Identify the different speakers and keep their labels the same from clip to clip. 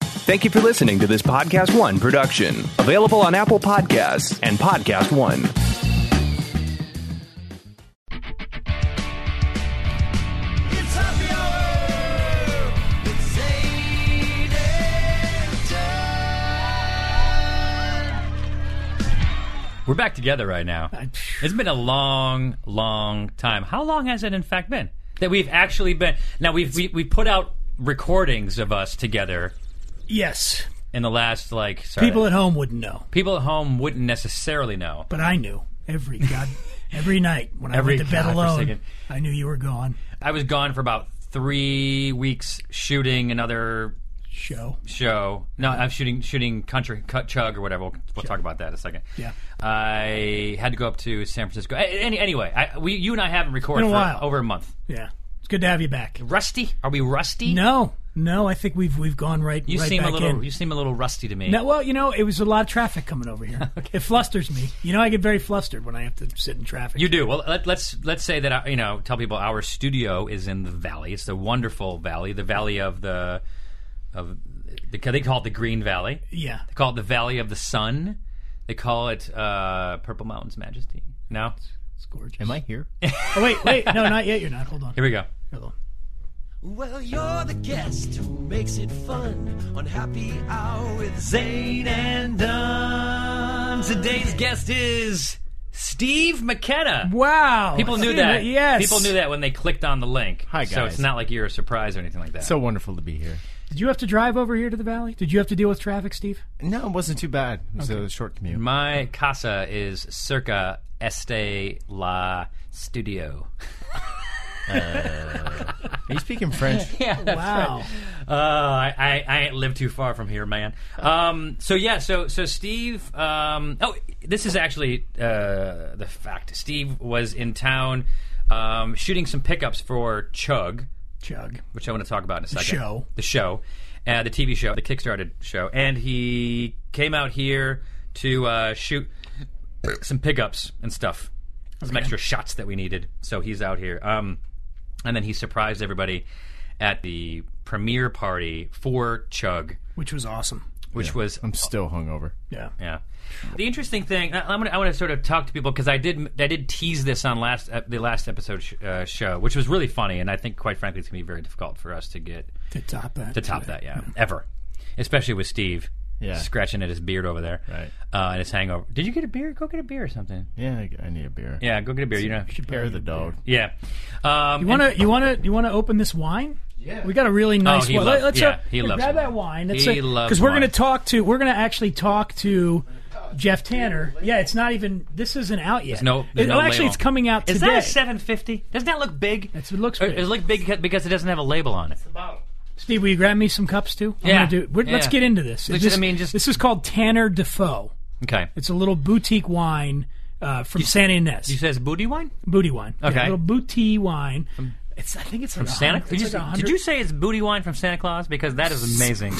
Speaker 1: Thank you for listening to this Podcast One production, available on Apple Podcasts and Podcast One.
Speaker 2: It's happy hour with Zane and John.
Speaker 3: We're back together right now. It's been a long, long time. How long has it, in fact, been that we've actually been? Now we've we, we put out recordings of us together
Speaker 4: Yes.
Speaker 3: in the last like sorry,
Speaker 4: People at home wouldn't know,
Speaker 3: people at home wouldn't necessarily know.
Speaker 4: but I knew every god every night when I
Speaker 3: Every
Speaker 4: went to bed alone.
Speaker 3: godforsaken-
Speaker 4: I knew you were gone.
Speaker 3: I was gone for about three weeks shooting another
Speaker 4: Show.
Speaker 3: show. No, I'm shooting shooting country cut chug or whatever. We'll, we'll talk about that in a second.
Speaker 4: Yeah.
Speaker 3: I had to go up to San Francisco. A- Any, anyway, I, we you and I haven't recorded
Speaker 4: Been a
Speaker 3: for
Speaker 4: while.
Speaker 3: over a month.
Speaker 4: Yeah. It's good to have you back.
Speaker 3: Rusty? Are we rusty?
Speaker 4: No. No, I think we've we've gone right
Speaker 3: You
Speaker 4: right
Speaker 3: seem
Speaker 4: back
Speaker 3: a little
Speaker 4: in.
Speaker 3: you seem a little rusty to me.
Speaker 4: No, well, you know, it was a lot of traffic coming over here. It flusters me. You know, I get very flustered when I have to sit in traffic.
Speaker 3: You do well. Let, let's let's say that uh, you know. Tell people our studio is in the valley. It's the wonderful valley, the valley of the of the, they call it the Green Valley.
Speaker 4: yeah.
Speaker 3: They call it the Valley of the Sun. They call it uh, Purple Mountain's Majesty. No,
Speaker 4: It's gorgeous.
Speaker 5: Am I here?
Speaker 4: Oh, wait, wait. No, not yet. You're not. Hold on.
Speaker 3: here we go.
Speaker 4: Hold on.
Speaker 2: Well, you're the guest who makes it fun on Happy Hour with Zane and Don.
Speaker 3: Today's guest is Steve McKenna.
Speaker 4: Wow.
Speaker 3: People knew
Speaker 4: See,
Speaker 3: that.
Speaker 4: Yes.
Speaker 3: People knew that when they clicked on the link.
Speaker 5: Hi,
Speaker 3: So it's
Speaker 5: guys.
Speaker 3: not like you're a surprise or anything like that.
Speaker 5: So wonderful to be here.
Speaker 4: Did you have to drive over here to the valley? Did you have to deal with traffic, Steve?
Speaker 5: No, it wasn't too bad. It was a short commute.
Speaker 3: My casa is circa este la studio.
Speaker 5: Are you speaking French?
Speaker 4: Wow.
Speaker 3: Uh, I, I, I ain't lived too far from here, man. Um, so yeah, so so Steve. Um, oh, this is actually uh, the fact. Steve was in town um, shooting some pickups for Chug,
Speaker 4: Chug.
Speaker 3: which I want to talk about in a second.
Speaker 4: show.
Speaker 3: the show, uh, the TV show, the Kickstarted show, and he came out here to uh, shoot some pickups and stuff, some extra shots that we needed. So he's out here, um, and then he surprised everybody at the premiere party for Chug,
Speaker 4: Which was awesome.
Speaker 3: which was
Speaker 5: I'm still hungover.
Speaker 4: Yeah.
Speaker 3: yeah. The interesting thing, I, I'm gonna, I want to sort of talk to people because I did I did tease this on last uh, the last episode sh- uh, show, which was really funny, and I think quite frankly it's gonna be very difficult for us to get
Speaker 4: To top that.
Speaker 3: to top that, yeah, ever, especially with Steve.
Speaker 5: Yeah.
Speaker 3: scratching at his beard over there,
Speaker 5: Right.
Speaker 3: Uh, and his hangover. Did you get a beer? Go get a beer or something.
Speaker 5: Yeah, I- I need a beer.
Speaker 3: Yeah, go get a beer. You know,
Speaker 5: Hair of the dog.
Speaker 3: yeah. Um,
Speaker 4: You wanna you wanna you wanna open this wine? Yeah. We got a really nice
Speaker 3: Oh, he
Speaker 4: one.
Speaker 3: loves-
Speaker 4: Let's
Speaker 3: yeah,
Speaker 4: uh,
Speaker 3: he
Speaker 4: here,
Speaker 3: loves
Speaker 4: grab
Speaker 3: wine.
Speaker 4: that wine.
Speaker 3: He loves
Speaker 4: because we're
Speaker 3: wine.
Speaker 4: gonna talk to we're gonna actually talk to Jeff Tanner. Yeah, it's not even this isn't out yet.
Speaker 3: no- there's
Speaker 4: It-
Speaker 3: no
Speaker 4: well, actually
Speaker 3: label.
Speaker 4: it's coming out
Speaker 3: Is
Speaker 4: today.
Speaker 3: that a 750? Doesn't that look big?
Speaker 4: It's- it looks
Speaker 3: Or-
Speaker 4: big.
Speaker 3: It looks big because- because it doesn't have a label on it.
Speaker 4: Steve, will you grab me some cups too? I'm
Speaker 3: Yeah.
Speaker 4: gonna do- we're- Let's
Speaker 3: Yeah.
Speaker 4: get into this.
Speaker 3: Let's-
Speaker 4: This-
Speaker 3: I mean, just-
Speaker 4: this is called Tanner Defoe.
Speaker 3: Okay.
Speaker 4: It's a little boutique wine uh, from Santa Ines.
Speaker 3: You says booty wine
Speaker 4: booty wine. Yeah,
Speaker 3: Okay.
Speaker 4: a little boutique wine. It's I think it's from
Speaker 3: Santa. Did, you, say- did you say it's booty wine from Santa Claus? Because that is amazing.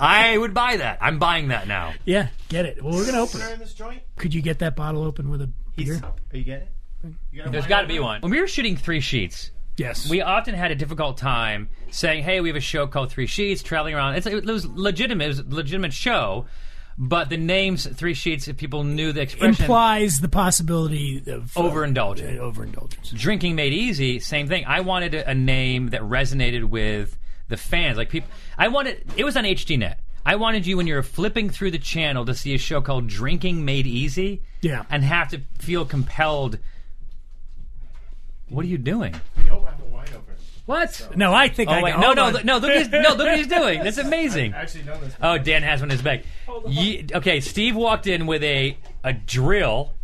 Speaker 3: I would buy that. I'm buying that now.
Speaker 4: Yeah, get it. Well, we're gonna open it.
Speaker 5: this joint?
Speaker 4: Could you get that bottle open with a beer?
Speaker 5: Are you getting it? You
Speaker 3: There's got to be one. When we were shooting Three Sheets,
Speaker 4: Yes.
Speaker 3: we often had a difficult time saying, "Hey, we have a show called Three Sheets." Traveling around, it's, it was legitimate. It was a legitimate show, but the names Three Sheets, if people knew the expression,
Speaker 4: implies the possibility of uh,
Speaker 3: overindulgent.
Speaker 4: overindulgence.
Speaker 3: Drinking made easy, same thing. I wanted a a name that resonated with the fans. Like people, I wanted it was on HDNet. I wanted you when you're flipping through the channel to see a show called Drinking Made Easy,
Speaker 4: Yeah.
Speaker 3: and have to feel compelled. What are you doing?
Speaker 5: don't have a wine opener.
Speaker 3: What?
Speaker 4: No, I think
Speaker 3: Oh,
Speaker 4: I
Speaker 3: wait,
Speaker 4: got-
Speaker 3: no,
Speaker 4: hold
Speaker 3: no,
Speaker 4: on.
Speaker 3: th- no! Look, at his, no, look what he's doing. That's amazing.
Speaker 5: Actually, no, this.
Speaker 3: Oh, Dan has one in his bag. Ye- okay, Steve walked in with a a drill,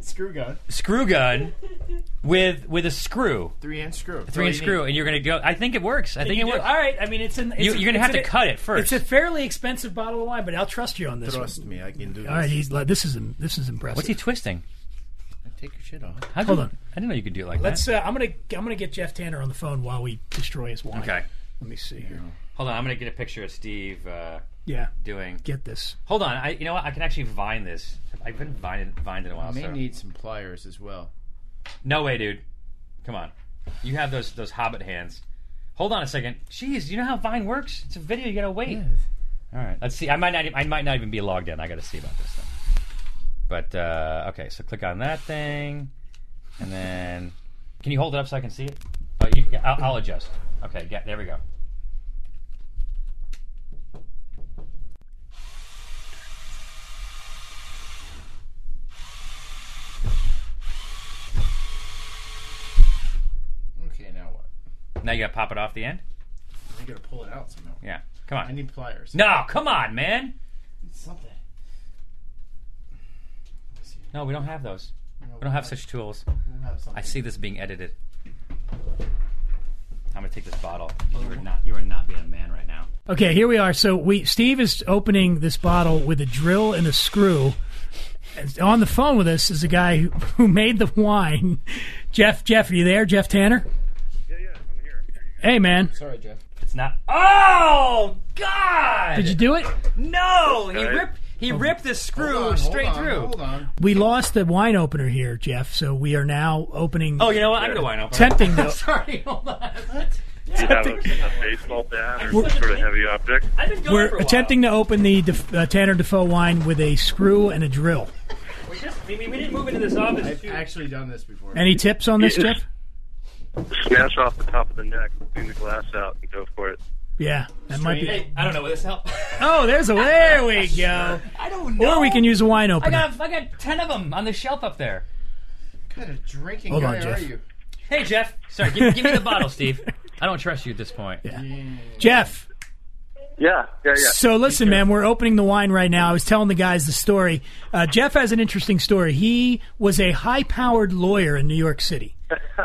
Speaker 5: Screw gun.
Speaker 3: screw gun, with with a screw,
Speaker 5: Three inch screw. That's
Speaker 3: three
Speaker 5: all
Speaker 3: inch
Speaker 5: you
Speaker 3: screw,
Speaker 5: need.
Speaker 3: and you're gonna go. I think it works. I think
Speaker 4: You
Speaker 3: it
Speaker 4: do-
Speaker 3: works.
Speaker 4: All right. I mean, it's an. It's
Speaker 3: You,
Speaker 4: a-
Speaker 3: you're gonna have
Speaker 4: it's
Speaker 3: to
Speaker 4: an-
Speaker 3: cut it first.
Speaker 4: It's a fairly expensive bottle of wine, but I'll trust you on this.
Speaker 5: Trust me, I can do this.
Speaker 4: One. All right. He's, this is this is impressive.
Speaker 3: What's he twisting?
Speaker 5: Take your shit off.
Speaker 3: How'd
Speaker 4: Hold
Speaker 3: you-
Speaker 4: on.
Speaker 3: I didn't know you could do it like
Speaker 4: Let's. Uh, I'm gonna. I'm gonna get Jeff Tanner on the phone while we destroy his wine.
Speaker 3: that. Okay,
Speaker 4: Let me see here.
Speaker 3: hold on. I'm gonna get a picture of Steve uh,
Speaker 4: Yeah.
Speaker 3: doing.
Speaker 4: Get this.
Speaker 3: Hold on. I, you know what? I can actually vine this. I've been vined vined in a while.
Speaker 5: May
Speaker 3: so-
Speaker 5: need some pliers as well.
Speaker 3: No way, dude. Come on. You have those those hobbit hands. Hold on a second. Jeez, you know how Vine works? It's a video. You gotta wait. All right. Let's see. I might not. e, I might not even be logged in. I got to see about this thing. But uh, okay, so click on that thing, and then can you hold it up so I can see it? Oh, you, yeah, I'll, I'll adjust. Okay. Yeah. There we go.
Speaker 5: Okay, now what?
Speaker 3: Now you got to pop it off the end.
Speaker 5: I gotta pull it out somehow.
Speaker 3: Yeah. Come
Speaker 5: I
Speaker 3: on.
Speaker 5: need pliers.
Speaker 3: No. Come on, man.
Speaker 5: Something. Let's see.
Speaker 3: No, we don't have those. We don't have such tools.
Speaker 5: We'll have something.
Speaker 3: I see this being edited. I'm gonna take this bottle. You are not. You are not being a man right now.
Speaker 4: Okay, here we are. So we Steve is opening this bottle with a drill and a screw. And on the phone with us is a guy who, who made the wine. Jeff, Jeff, are you there? Jeff Tanner?
Speaker 6: Yeah, yeah, I'm here.
Speaker 4: Hey man,
Speaker 5: Sorry, Jeff.
Speaker 3: It's not. Oh God!
Speaker 4: did you do it?
Speaker 3: No, he
Speaker 6: Okay.
Speaker 3: ripped. He ripped the screw
Speaker 5: Hold on,
Speaker 3: straight
Speaker 5: hold on,
Speaker 3: through.
Speaker 5: Hold on.
Speaker 4: We lost the wine opener here, Jeff. So we are now opening,
Speaker 3: Oh, you know what? I'm gonna wine open.
Speaker 4: tempting though.
Speaker 3: Sorry, hold on.
Speaker 6: Do you have a, a baseball bat or some sort of heavy object?
Speaker 3: I've been going
Speaker 4: We're
Speaker 3: for a while.
Speaker 4: attempting to open the Def- uh, Tanner Defoe wine with a screw and a drill.
Speaker 3: We just. I mean, we didn't move into this office.
Speaker 5: I've
Speaker 3: to-
Speaker 5: actually done this before.
Speaker 4: Any tips on this,
Speaker 6: Yeah.
Speaker 4: Jeff?
Speaker 6: Smash off the top of the neck, clean the glass out, and go for it.
Speaker 4: Yeah, that might be.
Speaker 3: Hey, I don't know. Will this help?
Speaker 4: Oh, there's a there we go.
Speaker 3: I don't know.
Speaker 4: Or we can use a wine
Speaker 3: I
Speaker 4: opener.
Speaker 3: got. I got ten of them on the shelf up there.
Speaker 5: What kind of drinking
Speaker 4: Hold
Speaker 5: guy
Speaker 4: on,
Speaker 5: are
Speaker 4: Jeff.
Speaker 5: you?
Speaker 3: Hey, Jeff. Sorry. Give, give me the bottle, Steve. I don't trust you at this point.
Speaker 4: Jeff.
Speaker 6: Yeah, yeah, yeah.
Speaker 4: So listen, man, we're opening the wine right now. I was telling the guys the story. Uh, Jeff has an interesting story. He was a high-powered lawyer in New York City,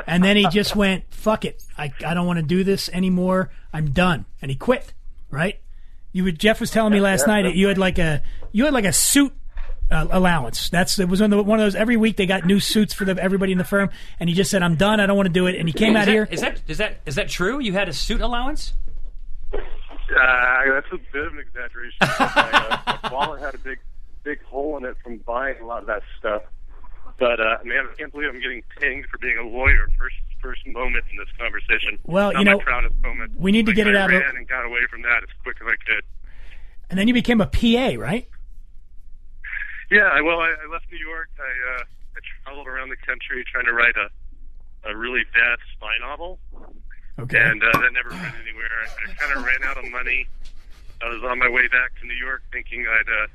Speaker 4: and then he just went, "Fuck it, I, I don't want to do this anymore. I'm done," and he quit. Right? You would. Jeff was telling me last night that you had like a you had like a suit. Uh, allowance. That's it was on the, one of those. Every week they got new suits for the, everybody in the firm, and he just said, "I'm done. I don't want to do it." And he came
Speaker 3: Is
Speaker 4: out
Speaker 3: that-
Speaker 4: here.
Speaker 3: Is that is that is that true? You had a suit allowance?
Speaker 6: Uh, that's a bit of an exaggeration. my, uh, my wallet had a big, big hole in it from buying a lot of that stuff. But uh, man, I can't believe I'm getting pinged for being a lawyer. First, first moment in this conversation.
Speaker 4: Well,
Speaker 6: Not
Speaker 4: you know,
Speaker 6: my proudest moment.
Speaker 4: we need to
Speaker 6: Like,
Speaker 4: get it
Speaker 6: I
Speaker 4: out of-
Speaker 6: ran and got away from that as quick as I could.
Speaker 4: And then you became a PA, right?
Speaker 6: Yeah, I- well, I, I left New York. I, uh, I traveled around the country trying to write a, a really bad spy novel,
Speaker 4: Okay.
Speaker 6: and uh, that never went anywhere. I, I kind of ran out of money. I was on my way back to New York thinking I'd uh,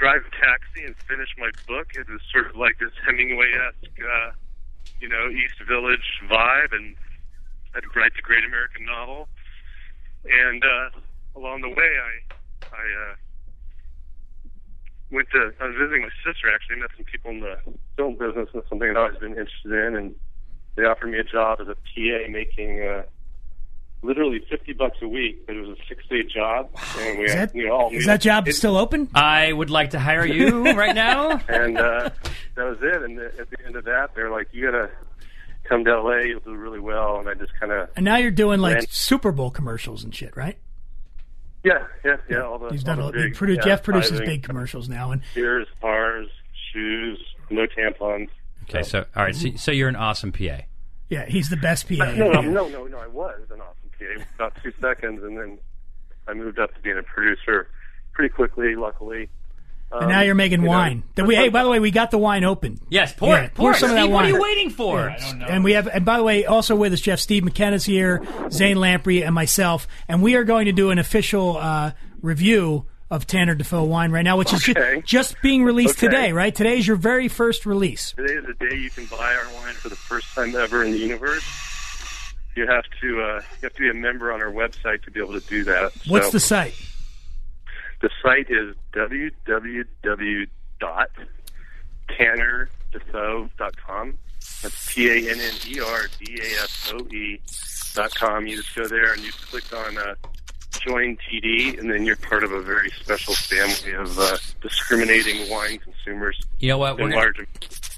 Speaker 6: drive a taxi and finish my book. It was sort of like this Hemingway-esque, uh, you know, East Village vibe, and I'd write the great American novel. And uh, along the way, I, I uh, went to I was visiting my sister actually, met some people in the film business and something I'd always been interested in and they offered me a job as a PA making uh literally fifty bucks a week, but it was a six day job and we,
Speaker 4: Is that,
Speaker 6: we
Speaker 3: oh,
Speaker 6: all
Speaker 4: is
Speaker 6: knew-
Speaker 4: that job
Speaker 6: it-
Speaker 4: still open?
Speaker 3: I would like to hire you right now.
Speaker 6: and uh that was it and the, at the end of that they were like, You gotta come to LA, you'll do really well and I just kinda
Speaker 4: And now you're doing like
Speaker 6: Right.
Speaker 4: Super Bowl commercials and shit, right?
Speaker 6: Yeah, yeah, yeah, all the
Speaker 4: He's
Speaker 6: all
Speaker 4: done.
Speaker 6: the
Speaker 4: A, he
Speaker 6: big
Speaker 4: produ- Jeff produces
Speaker 6: advertising,
Speaker 4: big commercials now, and
Speaker 6: beers, bars, shoes, no tampons.
Speaker 3: Okay, so all right, so, so you're an awesome PA.
Speaker 4: yeah, he's the best PA.
Speaker 6: No, no, no, no, no. I was an awesome PA for about two seconds, and then I moved up to being a producer pretty quickly, luckily. Um,
Speaker 4: And now you're making
Speaker 6: you know,
Speaker 4: wine. That we, hey, by the way, we got the wine open.
Speaker 3: Yes, pour
Speaker 4: Yeah,
Speaker 3: it, pour,
Speaker 4: pour
Speaker 3: it.
Speaker 4: some of that
Speaker 3: Steve, What are
Speaker 4: wine.
Speaker 3: you waiting for?
Speaker 5: I don't know.
Speaker 4: And we have, and by the way, also with us, Jeff, Steve McKenna's here, Zane Lamprey, and myself, and we are going to do an official uh, review of Tanner Defoe wine right now, which is ju-
Speaker 6: Okay.
Speaker 4: just, being released
Speaker 6: Okay.
Speaker 4: today, right? Today is your very first release.
Speaker 6: Today is the day you can buy our wine for the first time ever in the universe. You have to uh, you have to be a member on our website to be able to do that.
Speaker 4: What's
Speaker 6: so
Speaker 4: the site?
Speaker 6: the site is www.tannerdefoe.com. That's P A N N E R D A F O E dot com. You just go there and you click on uh, join TD, and then you're part of a very special family of uh, discriminating wine consumers
Speaker 3: You know what? We're
Speaker 6: in
Speaker 3: gonna-
Speaker 6: large.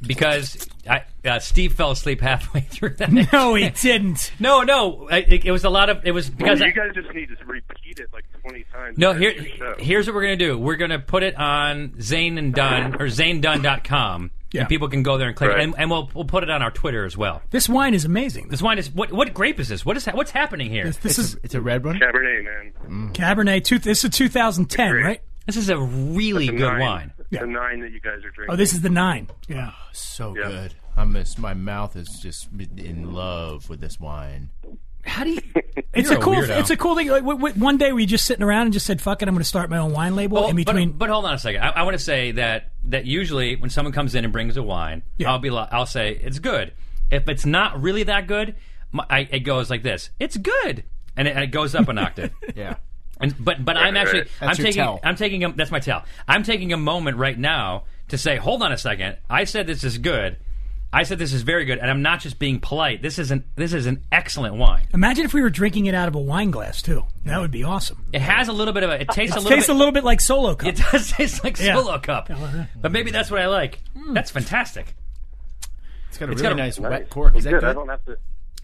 Speaker 3: because I, uh, Steve fell asleep halfway through that.
Speaker 4: No, he didn't.
Speaker 3: no, no. I, it, it was a lot of. It was because. I-
Speaker 6: you guys just need to repeat it like 20 times.
Speaker 3: no,
Speaker 6: during
Speaker 3: here,
Speaker 6: your show.
Speaker 3: here's what we're gonna do. We're gonna put it on Zane and Dunn or ZaneDunn.com.
Speaker 4: Yeah.
Speaker 3: And people can go there and click, it.
Speaker 6: Right.
Speaker 3: and, and we'll we'll put it on our Twitter as well.
Speaker 4: This wine is amazing. This,
Speaker 3: This wine is what? What grape is this? What is ha- what's happening here?
Speaker 4: this is
Speaker 7: It's a red one.
Speaker 6: Cabernet, man.
Speaker 4: Cabernet. Two, this is 2010,
Speaker 6: Great.
Speaker 4: right?
Speaker 3: This is a really
Speaker 6: The
Speaker 3: good
Speaker 6: nine-
Speaker 3: wine.
Speaker 4: Yeah.
Speaker 6: The nine that you guys are drinking.
Speaker 4: Oh, this is the nine. Yeah.
Speaker 7: So
Speaker 6: Yeah.
Speaker 7: good. I'm just, my mouth is just in love with this wine.
Speaker 4: How do you? It's
Speaker 3: You're
Speaker 4: a
Speaker 3: a
Speaker 4: cool.
Speaker 3: weirdo.
Speaker 4: it's a cool thing. Like, w- w- one day we just sitting around and just said, "Fuck it, I'm going to start my own wine label."
Speaker 3: Well,
Speaker 4: in between,
Speaker 3: Oh, But, but hold on a second. I, I want to say that that usually when someone comes in and brings a wine,
Speaker 4: Yeah.
Speaker 3: I'll be li- I'll say it's good. If it's not really that good, my, I, it goes like this: it's good, and it, and it goes up an octave.
Speaker 7: Yeah.
Speaker 3: And but but I'm actually
Speaker 6: right.
Speaker 3: I'm
Speaker 7: That's your
Speaker 3: taking
Speaker 7: tell.
Speaker 3: I'm taking a, that's my tell. I'm taking a moment right now to say, hold on a second. I said this is good. I said this is very good, and I'm not just being polite. This is an this is an excellent wine.
Speaker 4: imagine if we were drinking it out of a wine glass too. That would be awesome.
Speaker 3: It has a little bit of a it tastes a
Speaker 4: It
Speaker 3: little
Speaker 4: tastes
Speaker 3: bit,
Speaker 4: a little bit like Solo Cup.
Speaker 3: It does taste like
Speaker 4: Yeah. Hmm.
Speaker 3: solo cup, but maybe that's what I like. That's fantastic.
Speaker 7: It's got a
Speaker 3: It's
Speaker 7: really
Speaker 3: got a-
Speaker 7: nice
Speaker 6: Nice.
Speaker 7: wet cork. Is that
Speaker 6: Good.
Speaker 7: good?
Speaker 6: I don't have to.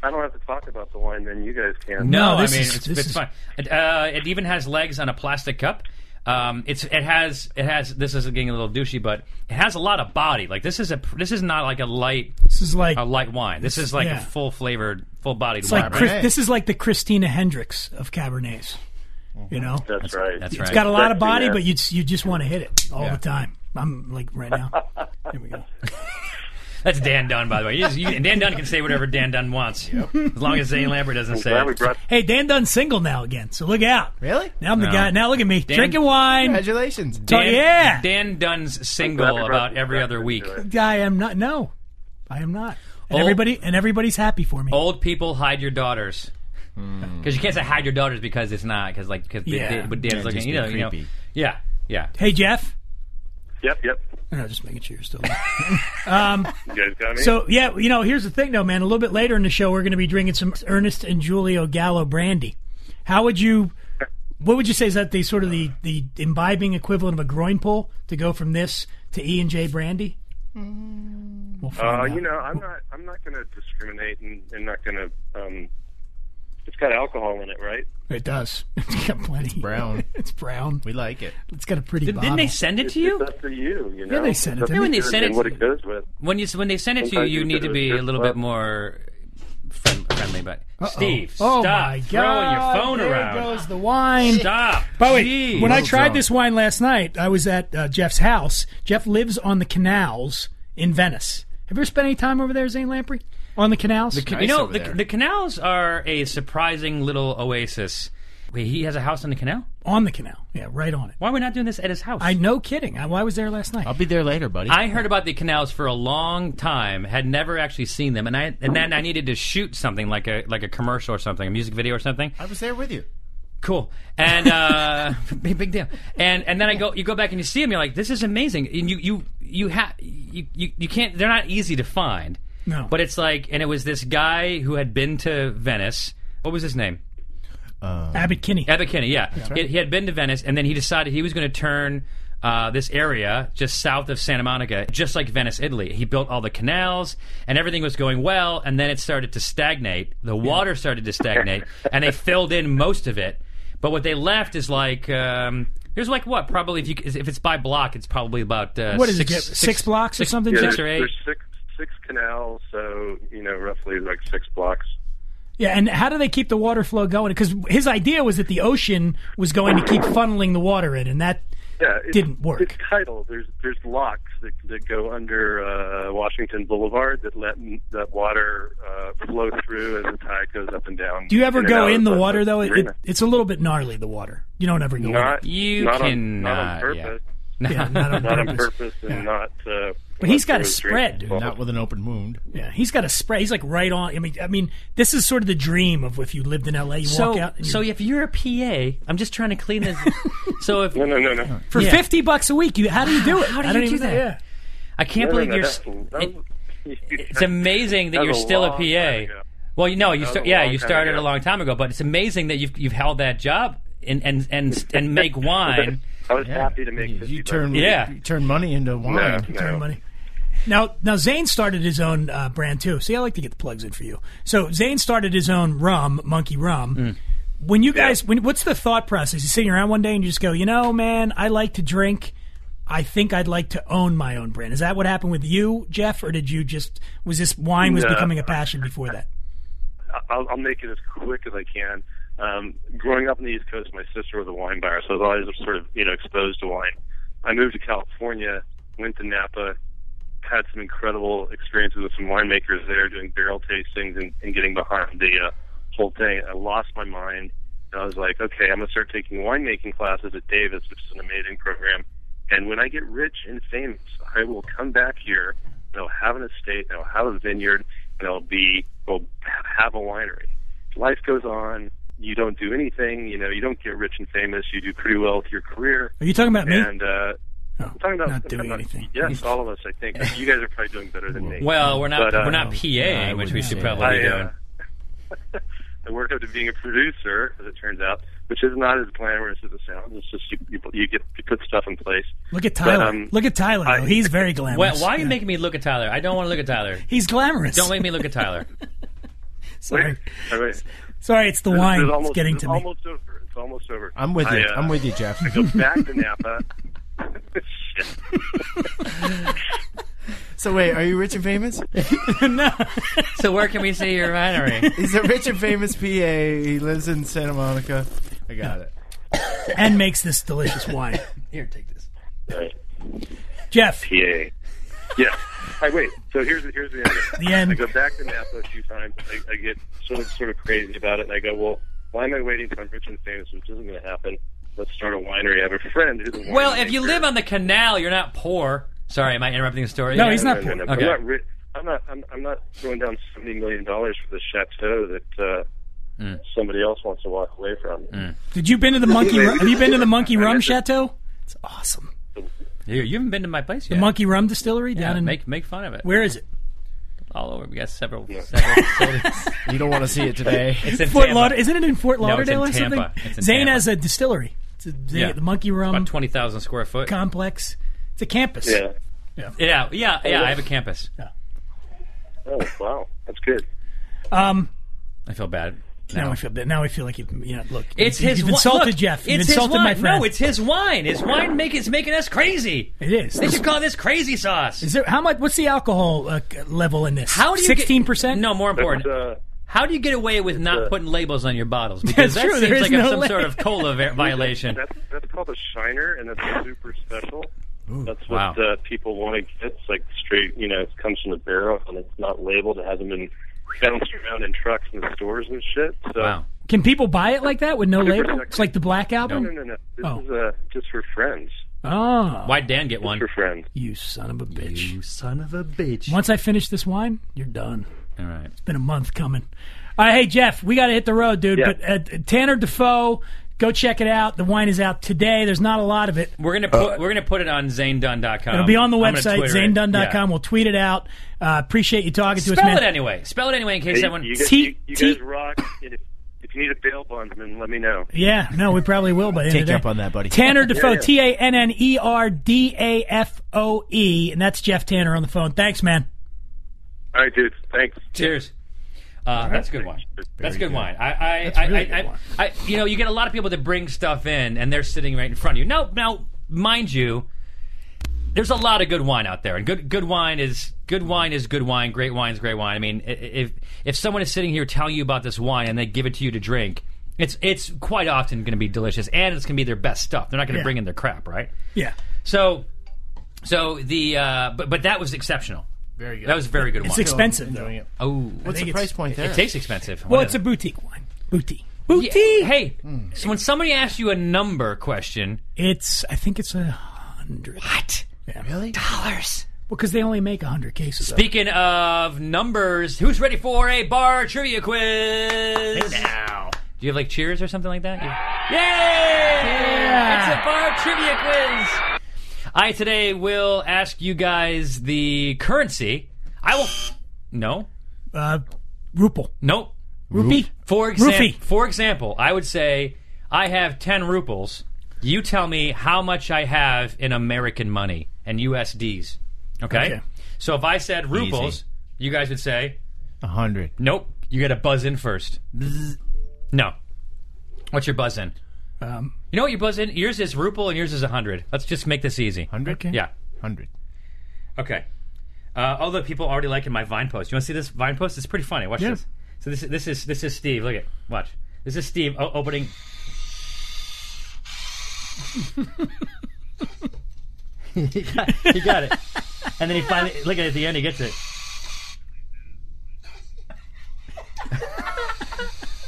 Speaker 6: I don't have to talk about the wine. Then you guys can.
Speaker 4: No,
Speaker 3: No, I
Speaker 4: this
Speaker 3: mean
Speaker 4: is-
Speaker 3: it's,
Speaker 4: this
Speaker 3: it's
Speaker 4: is-
Speaker 3: fine. It, uh, it even has legs on a plastic cup. Um, it's it has it has this is getting a little douchey, but it has a lot of body. Like this is a this is not like a light
Speaker 4: this is like
Speaker 3: a light wine. This is like
Speaker 4: yeah.
Speaker 3: a full flavored, full bodied
Speaker 4: it's
Speaker 3: wine.
Speaker 4: like
Speaker 3: right?
Speaker 4: Chris,
Speaker 7: Cabernet.
Speaker 4: this is like the Christina Hendricks of Cabernets. You know, it's
Speaker 6: That's right.
Speaker 3: That's right.
Speaker 4: got a lot of
Speaker 6: Christina.
Speaker 4: body, but you you just want to hit it all
Speaker 7: Yeah.
Speaker 4: the time. I'm like right now. Here we go.
Speaker 3: That's Dan Dunn, by the way. You just- you- Dan Dunn can say whatever Dan Dunn wants, as long as Zane Lambert doesn't say.
Speaker 6: Glad we
Speaker 3: it.
Speaker 6: brought
Speaker 4: Hey, Dan Dunn's single now again, so look out.
Speaker 7: Really?
Speaker 4: Now I'm the
Speaker 3: No.
Speaker 4: guy. Now look at me drinking wine.
Speaker 7: Congratulations.
Speaker 4: Oh,
Speaker 3: Dan,
Speaker 4: yeah.
Speaker 3: Dan Dunn's
Speaker 6: glad
Speaker 3: single
Speaker 6: we brought
Speaker 3: about
Speaker 6: you
Speaker 3: every
Speaker 6: back
Speaker 3: other
Speaker 6: into
Speaker 3: week.
Speaker 6: it.
Speaker 4: I am not. No, I am not. And
Speaker 3: Oh.
Speaker 4: everybody and everybody's happy for me.
Speaker 3: Old people hide your daughters
Speaker 4: Hmm.
Speaker 3: because you can't say hide your daughters because it's not because like because
Speaker 4: Yeah.
Speaker 3: but Dan's
Speaker 7: That'd
Speaker 3: looking
Speaker 7: just
Speaker 3: you know
Speaker 7: be
Speaker 3: you know
Speaker 7: creepy.
Speaker 3: yeah yeah
Speaker 4: Hey, Jeff.
Speaker 6: Yep, yep.
Speaker 4: No, no, just making sure you're still.
Speaker 6: You guys got me.
Speaker 4: so yeah, you know, here's the thing, though, man. A little bit later in the show, we're going to be drinking some Ernest and Julio Gallo brandy. How would you? What would you say is that the sort of the the imbibing equivalent of a groin pull to go from this to E and J brandy? We'll find
Speaker 6: uh,
Speaker 4: out.
Speaker 6: you know, I'm not. I'm not going to discriminate, and, and not going to. Um, it's got alcohol in it, right?
Speaker 4: it does. It's got plenty. It's
Speaker 7: brown.
Speaker 4: it's brown.
Speaker 7: We like it.
Speaker 4: It's got a pretty.
Speaker 3: Did,
Speaker 4: bottle.
Speaker 3: not they send it to
Speaker 6: It's
Speaker 3: you
Speaker 6: up to you. You know.
Speaker 4: they sent it
Speaker 6: It's
Speaker 4: to
Speaker 6: up
Speaker 4: me.
Speaker 3: They
Speaker 6: you
Speaker 3: sent it
Speaker 6: and what
Speaker 3: to
Speaker 6: it goes with.
Speaker 3: when you when they send it to you
Speaker 6: Sometimes
Speaker 3: you
Speaker 6: you
Speaker 3: need
Speaker 6: do
Speaker 3: to
Speaker 6: it
Speaker 3: be
Speaker 6: just
Speaker 3: a little
Speaker 6: well.
Speaker 3: bit more friend, friendly but Steve
Speaker 4: Oh
Speaker 3: stop
Speaker 4: my God!
Speaker 3: throwing your phone
Speaker 4: there
Speaker 3: around
Speaker 4: goes the wine.
Speaker 3: stop
Speaker 4: By the way,
Speaker 3: Jeez.
Speaker 4: when I
Speaker 7: Little
Speaker 4: tried
Speaker 7: drunk.
Speaker 4: this wine last night, I was at uh, Jeff's house. Jeff lives on the canals in Venice. Have you ever spent any time over there, Zane Lamprey? On the canals?
Speaker 3: you
Speaker 7: Nice
Speaker 3: know
Speaker 7: over
Speaker 3: the,
Speaker 7: there.
Speaker 3: the canals are a surprising little oasis. Wait, he has a house on the canal.
Speaker 4: on the canal. Yeah, right on it.
Speaker 3: Why are we not doing this at his house?
Speaker 4: I no kidding. I, I was there last night.
Speaker 7: I'll be there later, buddy.
Speaker 3: I heard about the canals for a long time, had never actually seen them, and I and then I needed to shoot something like a like a commercial or something, a music video or something.
Speaker 7: I was there with you.
Speaker 3: Cool, and uh, big, big deal. And and then I go, you go back and you see them. You're like, this is amazing. And you you you have you, you you can't. They're not easy to find.
Speaker 4: No.
Speaker 3: but it's like, and it was this guy who had been to Venice. What was his name?
Speaker 4: Abbott Kinney.
Speaker 3: Abbot Kinney, yeah. He, he had been to Venice, and then he decided he was going to turn uh, this area just south of Santa Monica, just like Venice, Italy. He built all the canals, and everything was going well, and then it started to stagnate. The water started to stagnate, and they filled in most of it. But what they left is like. Um, Here's like what probably if you if it's by block it's probably about uh,
Speaker 4: What is
Speaker 3: six,
Speaker 4: it, Jeff? Six blocks or something,
Speaker 6: Yeah,
Speaker 4: Jeff?
Speaker 3: six
Speaker 6: there's,
Speaker 3: or eight
Speaker 6: there's six six canals, so you know, roughly like six blocks.
Speaker 4: Yeah, and how do they keep the water flow going? Because his idea was that the ocean was going to keep funneling the water in, and that.
Speaker 6: Yeah, it
Speaker 4: Didn't work.
Speaker 6: It's tidal. There's there's locks that that go under uh, Washington Boulevard that let m- that water uh, flow through as the tide goes up and down.
Speaker 4: Do you ever
Speaker 6: and
Speaker 4: go
Speaker 6: out
Speaker 4: in
Speaker 6: of
Speaker 4: the water though? It-
Speaker 6: arena.
Speaker 4: it- it's a little bit gnarly. The water. You don't ever go. in.
Speaker 6: not
Speaker 3: You
Speaker 6: not on,
Speaker 3: can,
Speaker 6: not
Speaker 3: uh,
Speaker 6: on purpose,
Speaker 4: Yeah, not on
Speaker 6: not on
Speaker 4: purpose.
Speaker 6: purpose, and not. Uh,
Speaker 4: But he's got a
Speaker 6: it was drinking
Speaker 4: spread, dude.
Speaker 6: salt.
Speaker 7: Not with an open wound.
Speaker 4: Yeah, he's got a spray. He's like right on. I mean, I mean, this is sort of the dream of if you lived in LA, you walk
Speaker 3: so
Speaker 4: out. and
Speaker 3: so
Speaker 4: you-
Speaker 3: if you're a PA I'm just trying to clean this so if
Speaker 6: No, no, no, no.
Speaker 4: for
Speaker 3: yeah.
Speaker 4: fifty bucks a week, you how do you do it?
Speaker 3: How do
Speaker 4: I don't
Speaker 3: you do
Speaker 4: even know.
Speaker 3: that?
Speaker 4: Yeah.
Speaker 3: I can't
Speaker 6: no,
Speaker 3: believe
Speaker 6: no,
Speaker 3: you're
Speaker 6: that's-
Speaker 3: s-
Speaker 6: that
Speaker 3: it-
Speaker 6: was-
Speaker 3: it's amazing that
Speaker 6: That
Speaker 3: you're
Speaker 6: was a
Speaker 3: still a
Speaker 6: long time
Speaker 3: PA.
Speaker 6: ago.
Speaker 3: Well, you know, you
Speaker 6: was
Speaker 3: start,
Speaker 6: a
Speaker 3: yeah,
Speaker 6: long
Speaker 3: you
Speaker 6: time
Speaker 3: started
Speaker 6: ago.
Speaker 3: a long time ago, but it's amazing that you've you've held that job and and and and make wine.
Speaker 6: I was happy to make
Speaker 7: You,
Speaker 6: 50
Speaker 7: you turn,
Speaker 6: bucks.
Speaker 3: Yeah.
Speaker 7: you turn money into wine.
Speaker 6: No,
Speaker 4: Turn
Speaker 6: no.
Speaker 4: money. Now, now Zane started his own uh, brand too. See, I like to get the plugs in for you. So Zane started his own rum, Monkey Rum. When you guys, when what's the thought process? You sitting around one day and you just go, you know, man, I like to drink. I think I'd like to own my own brand. Is that what happened with you, Jeff, or did you just was this wine was
Speaker 6: No.
Speaker 4: becoming a passion before that?
Speaker 6: I'll, I'll make it as quick as I can. Um, growing up on the East Coast, my sister was a wine buyer, so I was always sort of you know exposed to wine. I moved to California, went to Napa, had some incredible experiences with some winemakers there, doing barrel tastings and, and getting behind the uh, whole thing. I lost my mind, and I was like, okay, I'm gonna start taking winemaking classes at Davis, which is an amazing program. And when I get rich and famous, I will come back here and I'll have an estate, and I'll have a vineyard, and I'll be, I'll have a winery. Life goes on. You don't do anything. You know, you don't get rich and famous. You do pretty well with your career.
Speaker 4: Are you talking about me?
Speaker 6: And uh,
Speaker 4: No,
Speaker 6: I'm talking about
Speaker 4: not doing
Speaker 6: I'm not-
Speaker 4: anything.
Speaker 6: Yes, all of us. I think you guys are probably doing better than me.
Speaker 3: Well, we're not
Speaker 6: But, uh,
Speaker 3: we're not PAing,
Speaker 7: I
Speaker 3: which we
Speaker 7: wouldn't
Speaker 3: should
Speaker 7: say
Speaker 3: probably
Speaker 6: I,
Speaker 3: be
Speaker 6: uh,
Speaker 3: doing.
Speaker 6: I worked up to being a producer, as it turns out, which is not as glamorous as it sounds. It's just you, you, you get you put stuff in place.
Speaker 4: Look at Tyler.
Speaker 6: um,
Speaker 4: look at Tyler. though. He's very
Speaker 3: Well,
Speaker 4: glamorous.
Speaker 3: why are you making me look at Tyler? I don't want to look at Tyler.
Speaker 4: He's glamorous.
Speaker 3: Don't make me look at Tyler.
Speaker 4: Sorry,
Speaker 6: I mean, it's
Speaker 4: sorry. It's the wine.
Speaker 6: almost,
Speaker 4: it's getting
Speaker 6: it's
Speaker 4: to me.
Speaker 6: almost over. It's almost over.
Speaker 7: I'm with
Speaker 6: I,
Speaker 7: you.
Speaker 6: uh,
Speaker 7: I'm with you, Jeff.
Speaker 6: I go back to Napa. Shit.
Speaker 7: So wait, are you rich and famous?
Speaker 3: So where can we see your winery?
Speaker 7: He's a rich and famous PA. He lives in Santa Monica. I got it.
Speaker 4: and makes this delicious wine.
Speaker 3: Here, take this.
Speaker 6: Right.
Speaker 4: Jeff,
Speaker 6: PA. Yeah. I wait. So here's the, here's the end. of it.
Speaker 4: The end.
Speaker 6: I go back to Napa a few times. I, I get sort of sort of crazy about it, and I go, well, why am I waiting till I'm rich and famous, which isn't going to happen? Let's start a winery. I have a friend who's a
Speaker 3: Well, if you
Speaker 6: winemaker.
Speaker 3: live on the canal, you're not poor. Sorry, am I interrupting the story?
Speaker 4: No,
Speaker 3: Yeah.
Speaker 4: he's not
Speaker 6: No,
Speaker 4: poor.
Speaker 6: no, no.
Speaker 3: Okay.
Speaker 6: I'm not. Ri- I'm not. I'm, I'm not throwing down seventy million dollars for the chateau that uh,
Speaker 3: Mm.
Speaker 6: somebody else wants to walk away from.
Speaker 4: Did you been to the monkey?
Speaker 6: Anyway,
Speaker 4: Ru-
Speaker 6: we
Speaker 4: have you
Speaker 6: just-
Speaker 4: been to the Monkey
Speaker 6: I
Speaker 4: Rum
Speaker 6: meant to-
Speaker 4: Chateau? It's awesome.
Speaker 3: You, you haven't been to my place yet.
Speaker 4: Monkey Rum Distillery
Speaker 3: Yeah,
Speaker 4: down in
Speaker 3: make make fun of it.
Speaker 4: where is it?
Speaker 3: all over. We got several several facilities.
Speaker 7: You don't want to see it today.
Speaker 3: It's in
Speaker 4: Fort
Speaker 3: Tampa.
Speaker 4: Lauderdale? Isn't it in Fort
Speaker 3: No, it's in
Speaker 4: Lauderdale or something?
Speaker 3: Tampa. It's in
Speaker 4: Zane
Speaker 3: Tampa.
Speaker 4: has a distillery. It's a, the,
Speaker 3: Yeah.
Speaker 4: the Monkey Rum
Speaker 3: About twenty thousand square foot.
Speaker 4: complex. It's a campus.
Speaker 6: Yeah.
Speaker 3: Yeah, yeah, yeah. I have a campus.
Speaker 6: Oh wow, that's good.
Speaker 4: Um.
Speaker 3: I feel bad.
Speaker 4: Now
Speaker 3: No.
Speaker 4: I feel bad. Now I feel like you. You know, look,
Speaker 3: It's
Speaker 4: you've,
Speaker 3: his
Speaker 4: you've
Speaker 3: wi-
Speaker 4: insulted
Speaker 3: look,
Speaker 4: Jeff. You've
Speaker 3: it's his
Speaker 4: insulted
Speaker 3: wine.
Speaker 4: my friend.
Speaker 3: No, it's his wine. His wine make is making us crazy.
Speaker 4: it is.
Speaker 3: They should call this crazy sauce.
Speaker 4: Is there how much? What's the alcohol uh, c- level in this?
Speaker 3: How do you get-
Speaker 4: sixteen percent?
Speaker 3: No, more
Speaker 6: But,
Speaker 3: important.
Speaker 6: uh,
Speaker 3: How do you get away with not
Speaker 6: uh,
Speaker 3: putting labels on your bottles? Because
Speaker 4: That's
Speaker 3: that
Speaker 4: true, there
Speaker 3: seems like
Speaker 4: is no
Speaker 3: some
Speaker 4: label.
Speaker 3: sort of cola vi- violation.
Speaker 6: That's that's called a shiner, and that's super special. that's
Speaker 3: Wow.
Speaker 6: what uh, people want to get. It's like straight, you know, it comes from the barrel and it's not labeled. It hasn't been bounced around in trucks and stores and shit. So
Speaker 3: Wow.
Speaker 4: Can people buy it like that with no label?
Speaker 6: 100%.
Speaker 4: It's like the black
Speaker 6: no, no,
Speaker 4: album.
Speaker 6: no, no. This
Speaker 4: Oh.
Speaker 6: is uh, just for friends.
Speaker 4: Oh,
Speaker 3: Why'd Dan get one?
Speaker 6: For friends.
Speaker 4: you son of a bitch!
Speaker 3: son of a bitch.
Speaker 4: Once I finish this wine, you're done.
Speaker 3: All right.
Speaker 4: been a month coming. All right, hey Jeff, we got to hit the road, dude.
Speaker 6: Yeah.
Speaker 4: But uh, Tanner Defoe, go check it out. The wine is out today. There's not a lot of it.
Speaker 3: We're gonna put we're gonna put it on zanedunn.com.
Speaker 4: It'll be on the
Speaker 3: Um, I'm gonna
Speaker 4: website,
Speaker 3: Twitter it.
Speaker 4: zanedunn.com.
Speaker 3: Yeah.
Speaker 4: We'll tweet it out. Uh, appreciate you talking to us,
Speaker 3: Spell
Speaker 4: man.
Speaker 3: it anyway. Spell it anyway in case
Speaker 6: Hey,
Speaker 3: someone.
Speaker 6: you, guys,
Speaker 4: T-
Speaker 6: you, you
Speaker 4: T-
Speaker 6: guys rock. And If, if you need a bail bondsman, let me know.
Speaker 4: Yeah, no, we probably will by the end
Speaker 7: Take
Speaker 4: of the
Speaker 7: you
Speaker 4: day.
Speaker 7: up on that, buddy.
Speaker 4: Tanner Defoe, T A N N E R D A F O E, and that's Jeff Tanner on the phone. Thanks, man.
Speaker 6: All right, dudes. Thanks.
Speaker 3: Cheers. Uh, that's good wine. That's good,
Speaker 7: good.
Speaker 3: wine. I, I,
Speaker 7: That's
Speaker 3: I,
Speaker 7: really
Speaker 3: I,
Speaker 7: good
Speaker 3: I,
Speaker 7: wine.
Speaker 3: I, you know, you get a lot of people that bring stuff in, and they're sitting right in front of you. Now, now, mind you, there's a lot of good wine out there, and good, good wine is good wine is good wine. Great wine is great wine. I mean, i- i- if if someone is sitting here telling you about this wine and they give it to you to drink, it's it's quite often going to be delicious, and it's going to be their best stuff. They're not going to
Speaker 4: Yeah.
Speaker 3: bring in their crap, right?
Speaker 4: Yeah.
Speaker 3: So, so the uh, but but that was exceptional.
Speaker 7: Very good.
Speaker 3: That was very good wine.
Speaker 4: It's expensive, though.
Speaker 7: Enjoying it.
Speaker 3: oh,
Speaker 7: What's
Speaker 4: think
Speaker 7: the
Speaker 4: it's-
Speaker 7: price point there?
Speaker 3: it tastes expensive.
Speaker 4: Well,
Speaker 3: What
Speaker 4: it's
Speaker 3: is
Speaker 4: a
Speaker 3: it?
Speaker 4: boutique wine. Boutique.
Speaker 3: Yeah,
Speaker 4: Boutique.
Speaker 3: Hey, so when somebody asks you a number question,
Speaker 4: It's, I think it's a hundred. What? Yeah.
Speaker 7: really.
Speaker 4: Because they only make a hundred cases. of it.
Speaker 3: speaking of numbers, who's ready for a bar trivia quiz?
Speaker 7: Now.
Speaker 3: Do you have like cheers or something like that? You- Yay! It's a bar trivia quiz. I today will ask you guys the currency. I will. No,
Speaker 4: Uh, Rupel.
Speaker 3: nope.
Speaker 4: Rupee.
Speaker 3: For example,
Speaker 4: Rupee.
Speaker 3: for example, I would say I have ten ruples. You tell me how much I have in American money and USDs. Okay.
Speaker 4: Okay.
Speaker 3: So if I said ruples,
Speaker 7: Easy.
Speaker 3: you guys would say
Speaker 7: A hundred.
Speaker 3: nope. You got to buzz in first. No. What's your buzz in?
Speaker 4: Um,
Speaker 3: You know what you buzz in? Yours is Rupel and yours is 100. Let's just make this easy.
Speaker 7: 100?
Speaker 4: Okay.
Speaker 3: Yeah.
Speaker 7: 100.
Speaker 3: Okay. Uh, although people already liking my Vine post. You want to see this Vine post? It's pretty funny. Watch
Speaker 4: Yeah.
Speaker 3: this. So this this is this is Steve. Look at watch. This is Steve o- opening. he, got, he got it, and then he finally look at it, at the end. He gets it.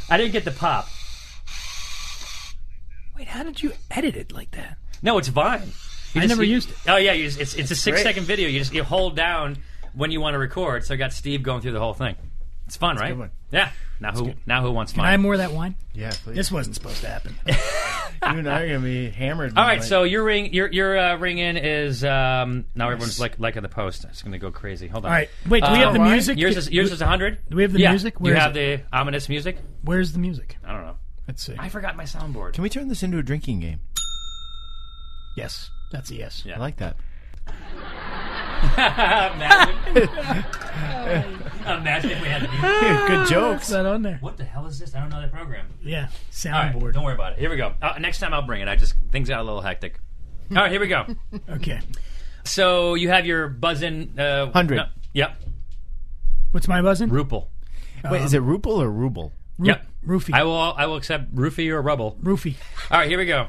Speaker 3: I didn't get the pop.
Speaker 4: Wait, how did you edit it like that?
Speaker 3: No, it's Vine. You
Speaker 4: I never
Speaker 3: you-
Speaker 4: used it.
Speaker 3: Oh yeah, you just, it's it's a six
Speaker 5: great.
Speaker 3: second video. You just you hold down when you want to record. So I got Steve going through the whole thing. It's fun, right?
Speaker 7: one.
Speaker 3: Yeah. Now who now who wants
Speaker 4: I
Speaker 3: mine?
Speaker 4: have more of that wine.
Speaker 7: Yeah, please.
Speaker 4: This wasn't supposed to happen.
Speaker 7: you and I are going to be hammered.
Speaker 3: All right. So your ring your your uh, ring in is um, now everyone's like liking the post. It's gonna go crazy. Hold on.
Speaker 4: All right. Wait, do we
Speaker 3: Uh,
Speaker 4: have the
Speaker 3: Ryan,
Speaker 4: music?
Speaker 3: Yours is yours is hundred.
Speaker 4: Do we have the
Speaker 3: yeah.
Speaker 4: music?
Speaker 3: you
Speaker 4: Where is
Speaker 3: have the ominous music.
Speaker 4: Where's the music?
Speaker 3: I don't know.
Speaker 4: Let's see.
Speaker 3: I forgot my soundboard.
Speaker 7: Can we turn this into a drinking game?
Speaker 4: yes, that's a yes.
Speaker 3: Yeah.
Speaker 7: I like that.
Speaker 3: Imagine. Imagine if we had music.
Speaker 7: Good
Speaker 4: It's
Speaker 7: jokes.
Speaker 4: not on there.
Speaker 3: What the hell is this? I don't know that program.
Speaker 4: Yeah,
Speaker 3: All right,
Speaker 4: soundboard.
Speaker 3: Don't worry about it. Here we go. Uh, next time I'll bring it. I just things got a little hectic. All right, here we go.
Speaker 4: Okay.
Speaker 3: So you have your buzz in uh,
Speaker 7: 100.
Speaker 3: no, yep,
Speaker 4: What's my buzzing?
Speaker 3: Rupel.
Speaker 7: Wait, is it Ruble or Ruble?
Speaker 3: Yep,
Speaker 4: Roofie.
Speaker 3: I will. I will accept roofie or rubble.
Speaker 4: Roofie.
Speaker 3: All right, here we go.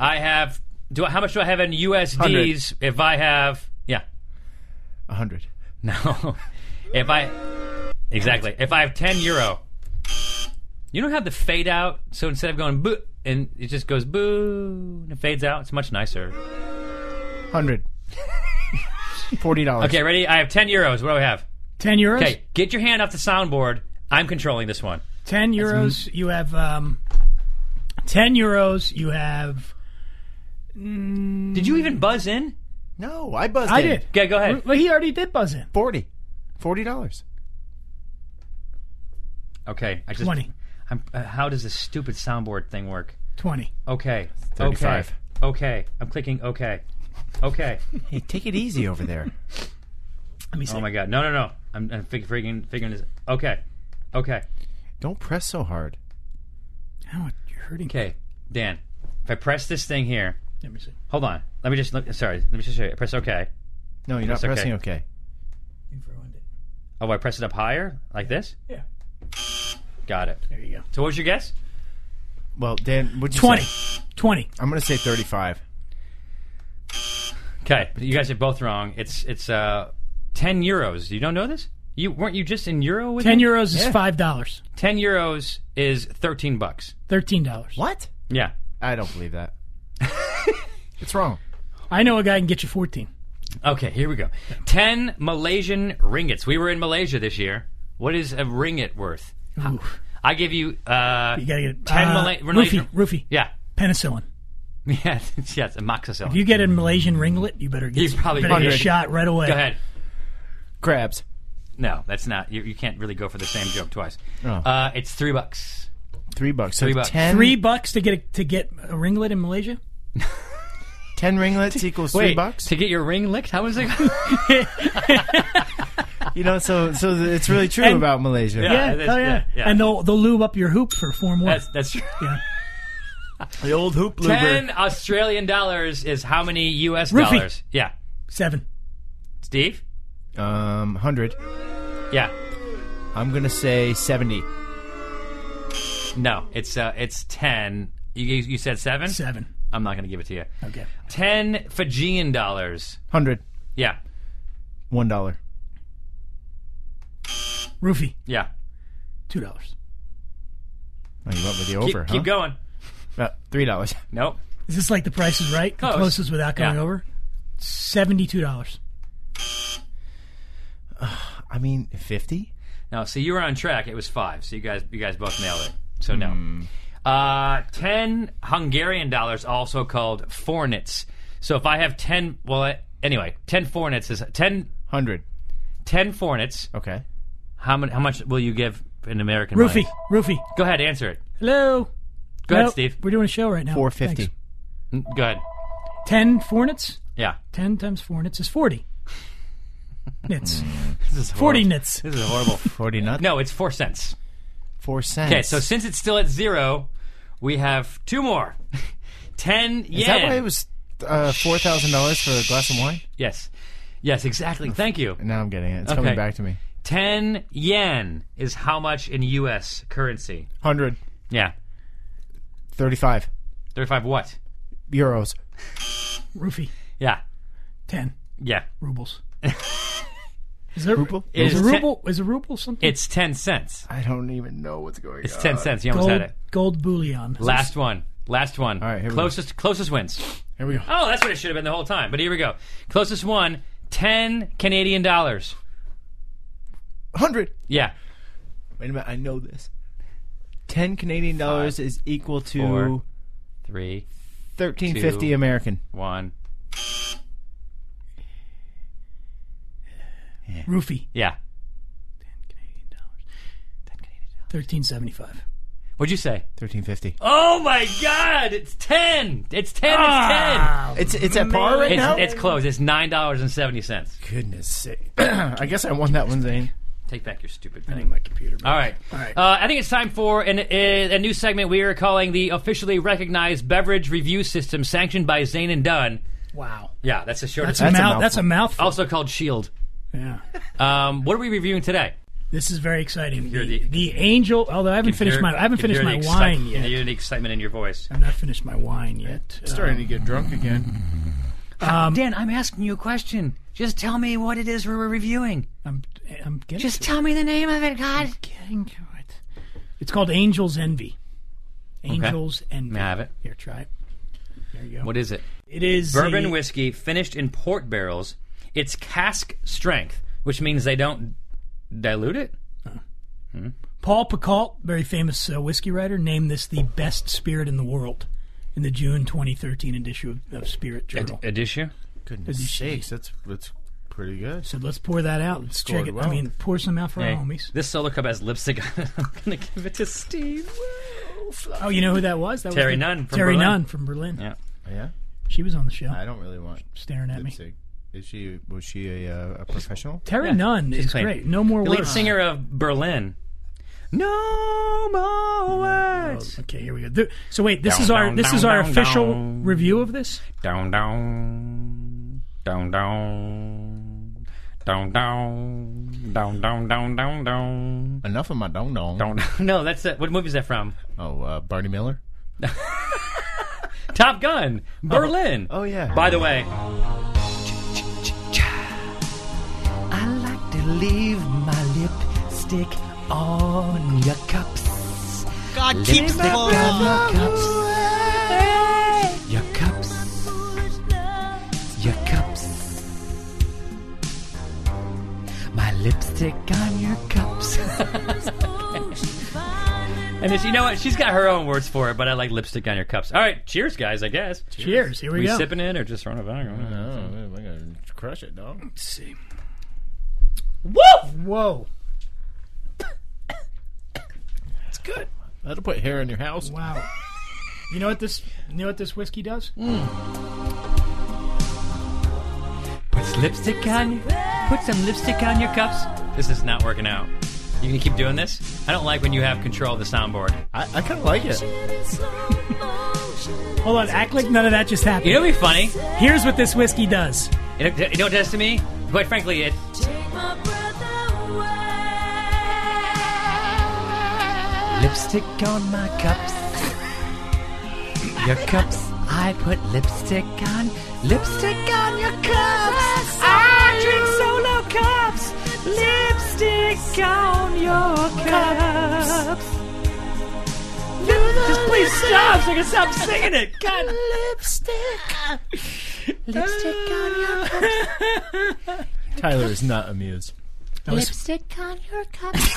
Speaker 3: I have. Do I, how much do I have in USDs? If I have, yeah,
Speaker 7: 100.
Speaker 3: no. if I exactly. If I have ten euro, you don't have the fade out. So instead of going boo, and it just goes boo, and it fades out. It's much nicer.
Speaker 7: 100. $40.
Speaker 3: Okay, ready? I have ten euros. What do I have?
Speaker 4: 10 euros?
Speaker 3: Okay, get your hand off the soundboard. I'm controlling this one.
Speaker 4: 10 euros. You have um, 10 euros. You have.
Speaker 3: Did you even buzz in?
Speaker 7: No, I buzzed
Speaker 4: I
Speaker 7: in.
Speaker 4: did.
Speaker 3: Okay, go ahead.
Speaker 4: Well, he already did buzz in.
Speaker 7: 40 $40.
Speaker 3: Okay, I just
Speaker 4: 20.
Speaker 3: I'm, uh, how does this stupid soundboard thing work?
Speaker 4: 20.
Speaker 3: Okay,
Speaker 7: 35.
Speaker 3: okay, okay. I'm clicking okay, okay.
Speaker 7: Hey, take it easy over there.
Speaker 4: Let me see.
Speaker 3: Oh my god, no, no, no. I'm, I'm fig- figuring figuring this. Okay, okay,
Speaker 7: Don't press so hard.
Speaker 4: Ow, you're hurting.
Speaker 3: okay. Dan, if I press this thing here,
Speaker 4: Let me see.
Speaker 3: hold on. Let me just look. Sorry, let me just show you. Press okay.
Speaker 7: No, you're not
Speaker 3: That's okay.
Speaker 7: pressing okay.
Speaker 4: You've ruined it.
Speaker 3: Oh, I press it up higher like this.
Speaker 4: Yeah.
Speaker 3: Got it.
Speaker 4: There you go.
Speaker 3: So what was your guess?
Speaker 7: Well, Dan, would you
Speaker 4: 20.
Speaker 7: say?
Speaker 4: 20.
Speaker 7: I'm going to say 35.
Speaker 3: Okay, you guys are both wrong. It's it's uh, ten euros. You don't know this? You weren't you just in euro with
Speaker 4: 10
Speaker 3: me?
Speaker 4: euros is $5.
Speaker 3: Ten euros is thirteen bucks.
Speaker 4: $13.
Speaker 7: What?
Speaker 3: Yeah.
Speaker 7: I don't believe that. it's wrong.
Speaker 4: I know a guy can get you 14.
Speaker 3: Okay, here we go. Ten Malaysian ringgits. We were in Malaysia this year. What is a ringgit worth?
Speaker 4: Oof.
Speaker 3: I give you uh,
Speaker 4: You got to get
Speaker 3: ten
Speaker 4: uh,
Speaker 3: Malay-
Speaker 4: Roofie.
Speaker 3: Malaysian.
Speaker 4: Roofie.
Speaker 3: Yeah.
Speaker 4: Penicillin.
Speaker 3: Yes. Yes. Amoxicillin.
Speaker 4: If you get a Malaysian ringlet, you better get,
Speaker 3: He's probably
Speaker 4: better get
Speaker 3: hundred.
Speaker 4: shot right away.
Speaker 3: go ahead.
Speaker 7: Crabs.
Speaker 3: No, that's not. You, you can't really go for the same joke twice.
Speaker 7: Oh.
Speaker 3: Uh, it's three bucks.
Speaker 7: Three bucks. So
Speaker 3: Three bucks.
Speaker 7: Ten,
Speaker 4: Three bucks to get a, to get a ringlet in Malaysia.
Speaker 7: ten ringlets equals three
Speaker 3: Wait,
Speaker 7: bucks.
Speaker 3: to get your ring licked. How is it?
Speaker 7: You know, so so th- it's really true
Speaker 4: And-
Speaker 7: about Malaysia.
Speaker 3: Yeah,
Speaker 4: Yeah,
Speaker 3: that's-
Speaker 4: oh yeah.
Speaker 3: yeah, yeah.
Speaker 4: And they'll they'll lube up your hoop for four more.
Speaker 3: that's that's true.
Speaker 4: yeah.
Speaker 7: The old hoop looper.
Speaker 3: Ten Australian dollars is how many U.S.
Speaker 4: Rupee.
Speaker 3: dollars? Yeah,
Speaker 4: Seven.
Speaker 3: Steve.
Speaker 7: Um, hundred.
Speaker 3: Yeah,
Speaker 7: I'm gonna say seventy.
Speaker 3: no, it's uh, it's ten. You you you said seven.
Speaker 4: Seven.
Speaker 3: I'm not going to give it to you.
Speaker 4: Okay.
Speaker 3: Ten Fijian dollars.
Speaker 7: Hundred.
Speaker 3: Yeah,
Speaker 7: One dollar.
Speaker 4: Roofie,
Speaker 3: yeah.
Speaker 4: two dollars.
Speaker 7: Oh, you went with the
Speaker 3: Keep,
Speaker 7: over,
Speaker 3: keep
Speaker 7: huh?
Speaker 3: going.
Speaker 7: Uh, Three dollars.
Speaker 3: Nope.
Speaker 4: Is this like the price is right? The
Speaker 3: Close.
Speaker 4: closest without going
Speaker 3: Yeah.
Speaker 4: over? Seventy two dollars.
Speaker 7: I mean, fifty.
Speaker 3: No. So you were on track. It was five. So you guys you guys both nailed it. So no.
Speaker 7: Hmm.
Speaker 3: Uh, ten Hungarian dollars, also called fornits. So if I have ten, well, I- anyway, ten fornits is ten
Speaker 7: Hundred.
Speaker 3: ten fornits.
Speaker 7: Okay.
Speaker 3: How many? How much will you give an American?
Speaker 4: Roofie.
Speaker 3: money?
Speaker 4: Roofie.
Speaker 3: Go ahead, answer it.
Speaker 4: Hello.
Speaker 3: Go ahead,
Speaker 4: Nope,
Speaker 3: Steve.
Speaker 4: We're doing a show right now.
Speaker 7: Four fifty.
Speaker 4: Thanks.
Speaker 3: Mm, Go ahead.
Speaker 4: Ten fornits?
Speaker 3: Yeah.
Speaker 4: Ten times four nits is forty. Nits.
Speaker 3: This is
Speaker 4: Forty
Speaker 3: horrible.
Speaker 4: nits.
Speaker 3: This is horrible.
Speaker 7: Forty nuts.
Speaker 3: no, it's four cents.
Speaker 7: Four cents.
Speaker 3: Okay, so since it's still at zero, we have two more. Ten yen.
Speaker 7: Is that why it was uh, four thousand dollars for a glass of wine?
Speaker 3: Yes. Yes, exactly. Thank you.
Speaker 7: Now I'm getting it. It's
Speaker 3: Okay.
Speaker 7: coming back to me.
Speaker 3: 10 yen is how much in US currency?
Speaker 7: Hundred
Speaker 3: Yeah.
Speaker 7: thirty-five
Speaker 3: 35 what?
Speaker 7: euros.
Speaker 4: Roofie,
Speaker 3: Yeah.
Speaker 4: ten
Speaker 3: Yeah.
Speaker 4: rubles. is there
Speaker 7: Ruble?
Speaker 3: It
Speaker 4: Is
Speaker 3: is
Speaker 4: a
Speaker 3: ten-
Speaker 4: ruble? Is a ruble something?
Speaker 3: It's 10 cents.
Speaker 7: I don't even know what's going
Speaker 3: It's
Speaker 7: on.
Speaker 3: 10 cents. You almost
Speaker 4: gold,
Speaker 3: had it.
Speaker 4: gold bullion.
Speaker 3: Last one. Last one.
Speaker 7: right, here we go.
Speaker 3: closest closest wins.
Speaker 7: Here we go.
Speaker 3: Oh, that's what it should have been the whole time. But here we go. Closest one, 10 Canadian dollars.
Speaker 7: Hundred.
Speaker 3: Yeah.
Speaker 7: Wait a minute. I know this. Ten Canadian dollars is equal to
Speaker 3: four, Three,
Speaker 7: thirteen fifty
Speaker 3: two.
Speaker 7: American.
Speaker 3: one.
Speaker 4: Roofie,
Speaker 3: Yeah.
Speaker 4: thirteen seventy-five.
Speaker 3: What'd you say?
Speaker 7: Thirteen fifty.
Speaker 3: Oh my god, it's 10. It's 10.
Speaker 7: It's Oh. it's at par right
Speaker 3: It's 10.
Speaker 7: now.
Speaker 3: It's, it's close. It's $9.70.
Speaker 7: Goodness sake. I guess I won that one, Zane.
Speaker 3: Take back your stupid
Speaker 4: In
Speaker 3: thing.
Speaker 4: my computer.
Speaker 3: All right.
Speaker 4: Mm-hmm. All right.
Speaker 3: Uh, I think it's time for an, uh, a, a new segment we are calling the officially recognized beverage review system sanctioned by Zane and Dunn.
Speaker 4: Wow.
Speaker 3: Yeah, that's the shortest.
Speaker 4: That's, a,
Speaker 7: That's a
Speaker 4: mouth, that's a mouthful.
Speaker 3: also called Shield.
Speaker 4: yeah.
Speaker 3: Um, what are we reviewing today?
Speaker 4: This is very exciting.
Speaker 3: hear
Speaker 4: The,
Speaker 3: the-
Speaker 4: the angel. Although I haven't finished
Speaker 3: Hear-
Speaker 4: my I haven't
Speaker 3: can
Speaker 4: finished
Speaker 3: hear
Speaker 4: my
Speaker 3: the excite-
Speaker 4: wine
Speaker 3: can
Speaker 4: yet.
Speaker 3: hear the excitement in your voice.
Speaker 4: I've not finished my wine yet.
Speaker 7: Starting to get drunk again.
Speaker 3: Dan, I'm asking you a question. Just tell me what it is we're reviewing.
Speaker 4: Uh, I'm I'm getting
Speaker 3: Just
Speaker 4: to
Speaker 3: tell me the name of it, God.
Speaker 4: it. getting to it. It's called Angel's Envy. Angel's Envy.
Speaker 3: May I have it?
Speaker 4: Here, try it. There you go.
Speaker 3: What is it?
Speaker 4: it is
Speaker 3: Bourbon
Speaker 4: a-
Speaker 3: whiskey finished in port barrels. It's cask strength, which means they don't dilute it.
Speaker 4: Paul Picault, very famous uh, whiskey writer, named this the best spirit in the world in the June 2013 edition of, of Spirit
Speaker 7: Oh.
Speaker 4: Journal.
Speaker 3: Edition.
Speaker 7: Goodness sakes, that's that's pretty good.
Speaker 4: so let's pour that out. Let's check
Speaker 7: scored
Speaker 4: it. I
Speaker 7: well.
Speaker 4: mean, pour some out for
Speaker 7: Oh,
Speaker 3: Hey,
Speaker 4: our homies.
Speaker 3: This solar cup has lipstick on it. I'm gonna give it to Steve.
Speaker 4: Oh, you know who that was? That
Speaker 3: Terry
Speaker 4: was the-
Speaker 3: Nunn from
Speaker 4: Terry
Speaker 3: Berlin.
Speaker 4: Nunn from Berlin.
Speaker 3: Yeah.
Speaker 7: Yeah,
Speaker 4: She was on the show,
Speaker 7: I don't really want
Speaker 4: staring at me.
Speaker 7: lipstick. Is she was she a, uh, a professional?
Speaker 4: Terry
Speaker 3: Yeah,
Speaker 4: Nunn
Speaker 3: she's
Speaker 4: is
Speaker 3: clean.
Speaker 4: great. No more
Speaker 3: The
Speaker 4: words.
Speaker 3: lead singer of Berlin. No more words.
Speaker 4: Oh, Okay, here we go. Th- So wait, this
Speaker 3: Down,
Speaker 4: is our
Speaker 3: down,
Speaker 4: this
Speaker 3: down,
Speaker 4: is our
Speaker 3: down,
Speaker 4: official
Speaker 3: down.
Speaker 4: review of this.
Speaker 3: Down, down, down, down, down, down, down, down, down, down, down.
Speaker 7: Enough of my dong dong.
Speaker 3: Down, down. No, that's it. What movie is that from?
Speaker 7: Oh, uh, Barney Miller.
Speaker 3: Top Gun, Berlin.
Speaker 7: Oh yeah.
Speaker 3: By the way,
Speaker 2: I like to leave my lipstick on your cups. God keeps lipstick on your cups. Your cups. Your cups. My lipstick on your cups.
Speaker 3: and it's, you know what? She's got her own words for it, but I like lipstick on your cups. All right, cheers, guys. I guess.
Speaker 4: Cheers. Here we
Speaker 3: We
Speaker 4: go.
Speaker 3: sipping it or just throwing it back? I don't know.
Speaker 7: Oh, I'm gonna crush it, dog.
Speaker 4: Let's see.
Speaker 3: Woo!
Speaker 4: Whoa!
Speaker 7: It's good. That'll put hair in your house.
Speaker 4: Wow. you know what this? You know what this whiskey does?
Speaker 3: Put lipstick on. Put some lipstick on your cups. This is not working out. You gonna keep doing this? I don't like when you have control of the soundboard.
Speaker 7: I, I kind of like it.
Speaker 4: Hold on. Act like none of that just happened.
Speaker 3: You know what'd be funny?
Speaker 4: Here's what this whiskey does.
Speaker 3: You know, you know what it does to me? Quite frankly, it
Speaker 2: lipstick on my cups. Your cups. I put lipstick on. Lipstick on your cups. I drink solo cups. Lipstick on your cups. Just please stop so I can stop singing it. God. Lipstick. Lipstick on your cups.
Speaker 7: Tyler is not amused.
Speaker 8: Lipstick on your cups.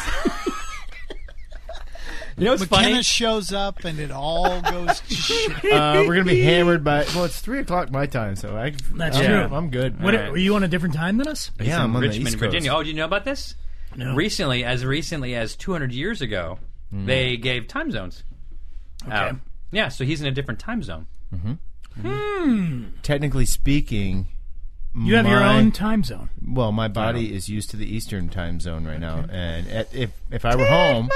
Speaker 3: you know what's
Speaker 9: McKenna shows up and it all goes to shit.
Speaker 7: Uh, we're gonna be hammered by. Well, it's three o'clock my time, so I.
Speaker 4: That's
Speaker 7: I'm,
Speaker 4: true.
Speaker 7: I'm good.
Speaker 4: What?
Speaker 3: Alright.
Speaker 4: Were you on a different time than us?
Speaker 7: yeah, I'm on
Speaker 3: Richmond,
Speaker 7: the East Coast.
Speaker 3: Virginia. Oh, do you know about this?
Speaker 4: No.
Speaker 3: Recently, as recently as 200 years ago, they gave time zones. out. yeah, so he's in a different time zone.
Speaker 7: Technically speaking,
Speaker 4: You have your
Speaker 7: my-
Speaker 4: own time zone.
Speaker 7: Well, my body is used to the Eastern time zone right now, and at, if if I were home,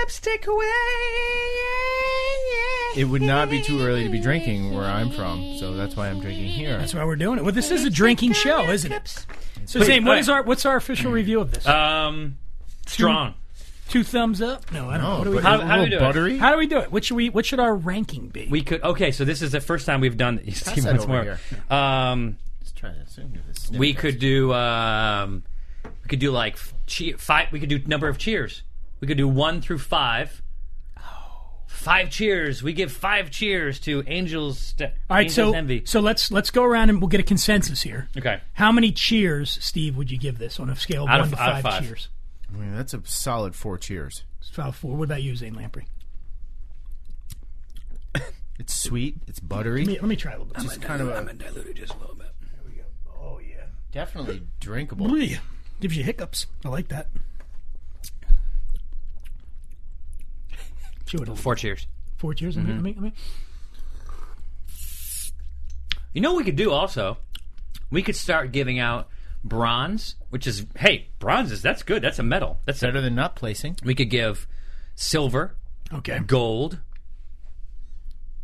Speaker 2: lipstick away.
Speaker 7: It would not be too early to be drinking where I'm from, so that's why I'm drinking here.
Speaker 4: That's why we're doing it. Well, this is a drinking show, isn't it? So, Zane, what
Speaker 3: all
Speaker 4: is
Speaker 3: right.
Speaker 4: our what's our
Speaker 3: Hmm.
Speaker 4: official review of this?
Speaker 3: Um, strong.
Speaker 4: Two thumbs up? No, I don't know. What do we,
Speaker 7: Oh, but
Speaker 4: how,
Speaker 7: it's a
Speaker 3: how do
Speaker 7: little
Speaker 3: we do it?
Speaker 7: buttery.
Speaker 4: how do we do it? What should we? What should our ranking be?
Speaker 3: We could. Okay, so this is the first time we've done. You see
Speaker 7: that
Speaker 3: once
Speaker 7: over
Speaker 3: more. Um,
Speaker 7: Let's try to assume you're the
Speaker 3: we
Speaker 7: sniffer.
Speaker 3: could do. Um, we could do like f- che- five. We could do number of cheers. We could do one through five. Five cheers. We give five cheers to Angels. Ste-
Speaker 4: All right,
Speaker 3: Angels
Speaker 4: so
Speaker 3: envy.
Speaker 4: so let's let's go around and we'll get a consensus here.
Speaker 3: okay.
Speaker 4: How many cheers, Steve, would you give this on a scale of
Speaker 3: Out
Speaker 4: one
Speaker 3: of-
Speaker 4: to
Speaker 3: out
Speaker 4: five,
Speaker 3: of five.
Speaker 4: cheers?
Speaker 7: I mean, that's a solid four cheers.
Speaker 4: It's about four. What about you, Zane Lamprey?
Speaker 7: It's sweet. It's
Speaker 4: Let me,
Speaker 7: buttery.
Speaker 4: let me try a little bit.
Speaker 7: It's kind of a,
Speaker 4: diluted just a little bit.
Speaker 7: definitely drinkable.
Speaker 4: Bleh. Gives you hiccups. I like that. Chew it a little.
Speaker 3: Four cheers.
Speaker 4: Four cheers. I mean,
Speaker 3: Mm-hmm.
Speaker 4: I mean, I mean.
Speaker 3: You know what we could do also? We could start giving out bronze, which is hey, bronze is that's good. That's a medal. That's
Speaker 7: Better
Speaker 3: a,
Speaker 7: than not placing.
Speaker 3: we could give silver,
Speaker 4: Okay.
Speaker 3: gold,